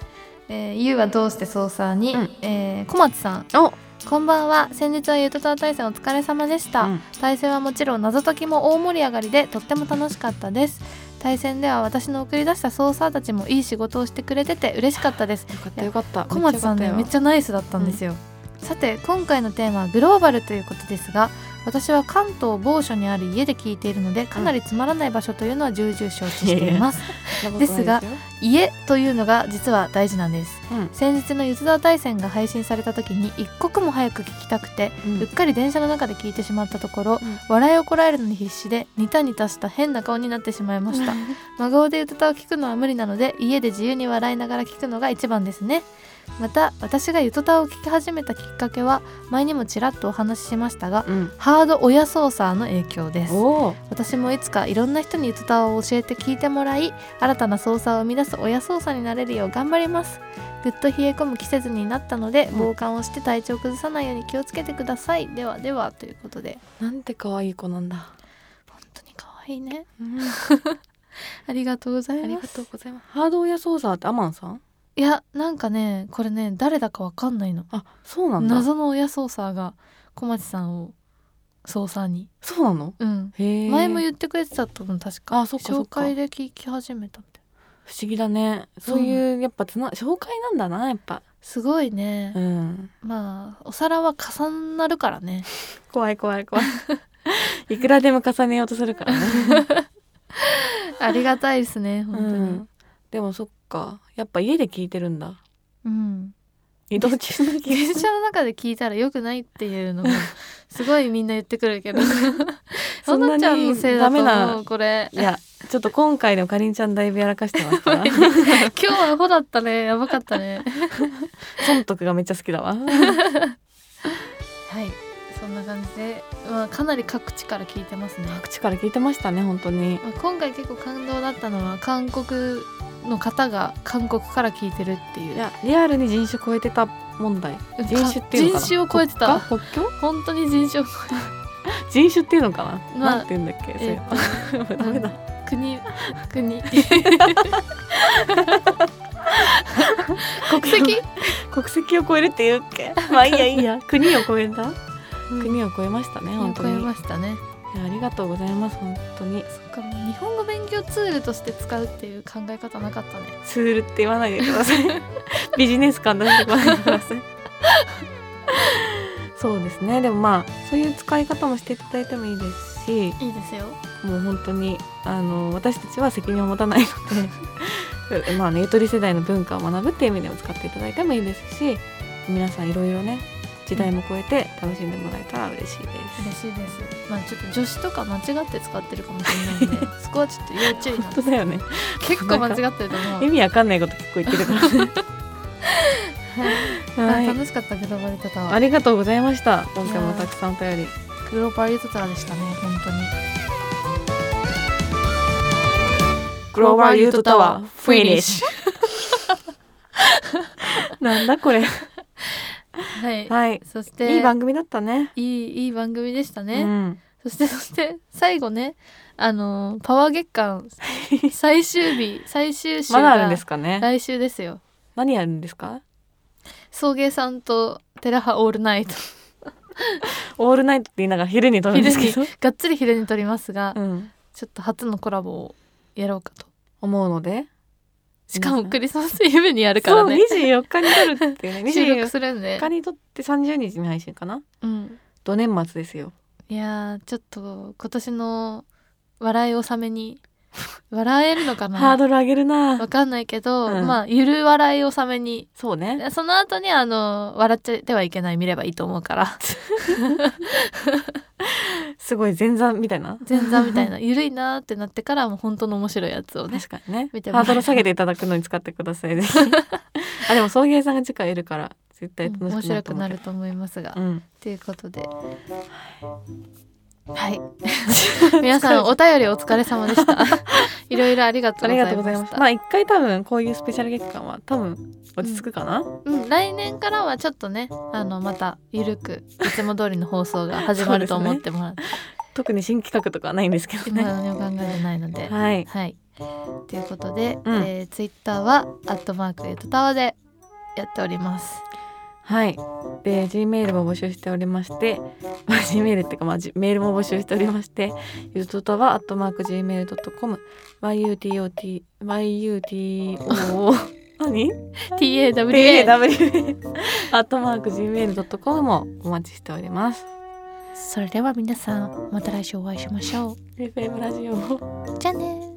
Speaker 1: えーゆうはどうして操作に、
Speaker 2: うん
Speaker 1: えー小松さん
Speaker 2: お
Speaker 1: こんばんは先日はゆとたわ対戦お疲れ様でした、
Speaker 2: うん
Speaker 1: 対戦はもちろん謎解きも大盛り上がりでとっても楽しかったです対戦では私の送り出した操作たちもいい仕事をしてくれてて嬉しかったです
Speaker 2: よかったよかった
Speaker 1: 小松さんねめっちゃナイスだったんですよ、さて今回のテーマはグローバルということですが私は関東某所にある家で聞いているのでかなりつまらない場所というのは重々承知しています
Speaker 2: ゃ
Speaker 1: ですが家というのが実は大事なんです、
Speaker 2: うん
Speaker 1: 先日のゆずだ大戦が配信された時に一刻も早く聞きたくて、
Speaker 2: う
Speaker 1: うんっかり電車の中で聞いてしまったところ、
Speaker 2: うん
Speaker 1: 笑いをこらえるのに必死でニタニタした変な顔になってしまいました真顔で歌を聞くのは無理なので家で自由に笑いながら聞くのが一番ですねまた私がゆとたを聞き始めたきっかけは前にもちらっとお話ししましたが
Speaker 2: うん
Speaker 1: ハード親操作の影響です
Speaker 2: おお
Speaker 1: 私もいつかいろんな人に歌を教えて聞いてもらい新たな操作を生み出す親操作になれるよう頑張りますぐっと冷え込む季節になったので
Speaker 2: ん
Speaker 1: 防寒をして体調崩さないように気をつけてくださいではではということで
Speaker 2: なんて可愛い子なんだ
Speaker 1: 本当に可愛いね
Speaker 2: あ
Speaker 1: ありがとうござい
Speaker 2: り
Speaker 1: ま
Speaker 2: が
Speaker 1: す
Speaker 2: とうございますハードウェア操作ってアマンさん
Speaker 1: いやなんかねこれね誰だかわかんないの
Speaker 2: あそうなんだ
Speaker 1: 謎の親操作が小町さんを操作に
Speaker 2: そうなの
Speaker 1: うん
Speaker 2: へえ
Speaker 1: 前も
Speaker 2: 不
Speaker 1: 言ってくれてたと思う確か
Speaker 2: あそっかそっか
Speaker 1: 紹介で聞き始めたみたいな
Speaker 2: 思議だねそういうやっぱつな紹介なんだなやっぱ
Speaker 1: すごいね
Speaker 2: うん
Speaker 1: まあお皿は重なるからね
Speaker 2: 怖い怖い怖い (laughs) いくらでも重ねようとするからね
Speaker 1: (laughs) ありがたいですね本当
Speaker 2: う
Speaker 1: に
Speaker 2: ん、でもそっかやっぱ家で聞いてるんだ
Speaker 1: うん、
Speaker 2: 移動中の気
Speaker 1: 電車の中で聞いたら良くないっていう (laughs) のもすごいみんな言ってくる (laughs) けど
Speaker 2: そ
Speaker 1: (laughs) そ
Speaker 2: んな
Speaker 1: な
Speaker 2: に
Speaker 1: ちゃんのせいだと
Speaker 2: ダメ
Speaker 1: 思
Speaker 2: な
Speaker 1: うこ (laughs) れ
Speaker 2: いやちょっと今回のかりんちゃんだいぶやらかしてますから
Speaker 1: (laughs) 今日はアホだったねやばかったね
Speaker 2: 損得がめっちゃ好きだわ (laughs)
Speaker 1: はいそんな感じで、まあ、かなり各地から聞いてますね、
Speaker 2: 口から聞いてましたね本当に
Speaker 1: まあ、今回結構感動だったのは韓国の方が韓国から聞いてるっていう
Speaker 2: いやリアルに人種超えてた問題
Speaker 1: か
Speaker 2: 人種っていうのかな
Speaker 1: 人種を超えてた
Speaker 2: 国家国境
Speaker 1: 本当に人種を超
Speaker 2: 人種っていうのかな、
Speaker 1: まあ
Speaker 2: なんて言うんだっけ、
Speaker 1: えて
Speaker 2: それダメだ
Speaker 1: 国
Speaker 2: (laughs)
Speaker 1: 国国籍
Speaker 2: 国籍を超えるって言うっ (laughs) けまあいいやいいや国を超えた、
Speaker 1: うん
Speaker 2: 国を超えましたね本当
Speaker 1: 超
Speaker 2: に
Speaker 1: えましたね
Speaker 2: いやありがとうございます本当に
Speaker 1: そっかもう日本語勉強ツールとして使うっていう考え方なかったね
Speaker 2: ツールって言わないでください (laughs) ビジネス感出してこないでくだ (laughs) さいそうですねでもまあそういう使い方もしていただいてもいいですし
Speaker 1: いいですよ
Speaker 2: もう本当にあの私たちは責任を持たないので (laughs) まあねゆとり世代の文化を学ぶっていう意味でも使っていただいてもいいですし皆さんいろいろね時代も超えて楽しんでもらえたら嬉しいです。
Speaker 1: 嬉しいですまあちょっと女子とか間違って使ってるかもしれないんで
Speaker 2: (laughs)
Speaker 1: そこはちょっと要注意なん
Speaker 2: 本
Speaker 1: で
Speaker 2: 当だよね
Speaker 1: 結構間違ってると思
Speaker 2: 意
Speaker 1: う、
Speaker 2: 味わかんないこと結構言ってるからね
Speaker 1: あ
Speaker 2: (laughs) はい
Speaker 1: 楽しかったけどバリトタ
Speaker 2: あ
Speaker 1: は
Speaker 2: りがとうございました今回もたくさんお便り
Speaker 1: グローバリトタでしたね本当に
Speaker 2: グ
Speaker 1: ローバルユートタワーフィニッシ
Speaker 2: ュ (laughs) なんだこれ
Speaker 1: はい、
Speaker 2: はい
Speaker 1: そして
Speaker 2: いい番組だったね
Speaker 1: いいいい番組でしたね、
Speaker 2: うん
Speaker 1: そしてそして最後ねあのーパワー月間最終日最終週
Speaker 2: まだあるん
Speaker 1: が
Speaker 2: ですかね
Speaker 1: 来週ですよ
Speaker 2: 何やるんですか
Speaker 1: 送迎さんとテラハオールナイト
Speaker 2: オールナイトって言いながら昼に撮るんですけど、
Speaker 1: がっつり昼に撮りますが、
Speaker 2: うん、
Speaker 1: ちょっと初のコラボをやろうかと
Speaker 2: 思うので
Speaker 1: しか
Speaker 2: う
Speaker 1: も
Speaker 2: ん
Speaker 1: クリスマスイブにやるからね
Speaker 2: そう24日に撮るっていうね
Speaker 1: 収録
Speaker 2: 24
Speaker 1: するんで
Speaker 2: 日、に撮って30日に配信かな
Speaker 1: うん、
Speaker 2: ど年末ですよ
Speaker 1: いやーちょっと今年の笑い納めに笑えるの
Speaker 2: ハ
Speaker 1: か
Speaker 2: ー
Speaker 1: な
Speaker 2: ドル上げるな
Speaker 1: わかんないけど、
Speaker 2: うん
Speaker 1: まあゆる笑い納めに
Speaker 2: そうね
Speaker 1: その後にあの笑っちゃってはいけない見ればいいと思うから (laughs)
Speaker 2: すごい前座みたいな
Speaker 1: 前座みたいなゆるいなーってなってからもう本当の面白いやつをね
Speaker 2: 確かにね
Speaker 1: 見ても
Speaker 2: ハ
Speaker 1: ら
Speaker 2: ード
Speaker 1: え
Speaker 2: ル下げていただくのに使ってください (laughs) ぜひあでも送迎さんが次回いるから絶対
Speaker 1: うん面
Speaker 2: 楽しくなる
Speaker 1: 白
Speaker 2: と
Speaker 1: く
Speaker 2: 思う
Speaker 1: な
Speaker 2: けど
Speaker 1: ると思いますが、
Speaker 2: う
Speaker 1: っ
Speaker 2: ん
Speaker 1: ていうことではい (laughs) 皆さんお便りお疲れ様でしたいろいろありがと
Speaker 2: あ
Speaker 1: うご
Speaker 2: り
Speaker 1: ざ
Speaker 2: がと
Speaker 1: いう
Speaker 2: ご
Speaker 1: ま
Speaker 2: ざいま
Speaker 1: し
Speaker 2: したたまあ一回多分こういうスペシャル月間は多分落ち着くかな、
Speaker 1: うん、来年からはちょっとねあのまたゆるくいつも通りの放送が始まると思ってもらって、
Speaker 2: 特に新企画とかはないんですけど
Speaker 1: 今
Speaker 2: ね
Speaker 1: 何も考えてないので
Speaker 2: はい
Speaker 1: はい。ということで、
Speaker 2: うん
Speaker 1: えツイッター Twitter はアットマークゆとたわでやっており
Speaker 2: (laughs)
Speaker 1: ます。
Speaker 2: はい。で、G メールも募集しておりまして、まあ、G メールっていうか、まあ、じメールも募集しておりまして、ゆとたわ、アットマーク Gmail.com、YUTOT、YUTO、何
Speaker 1: T A W A
Speaker 2: ?TAW、アットマーク Gmail.com もお待ちしております。
Speaker 1: それでは皆さんまた来週お会いしましょ
Speaker 2: FM ラジオ。
Speaker 1: う。じゃあね。